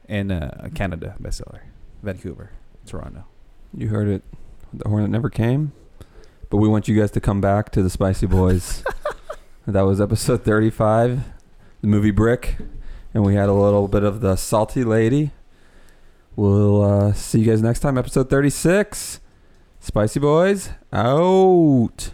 and uh, Canada bestseller, Vancouver, Toronto.
You heard it. The hornet never came. But we want you guys to come back to the Spicy Boys. that was episode 35, the movie Brick. And we had a little bit of the salty lady. We'll uh, see you guys next time, episode 36. Spicy Boys out.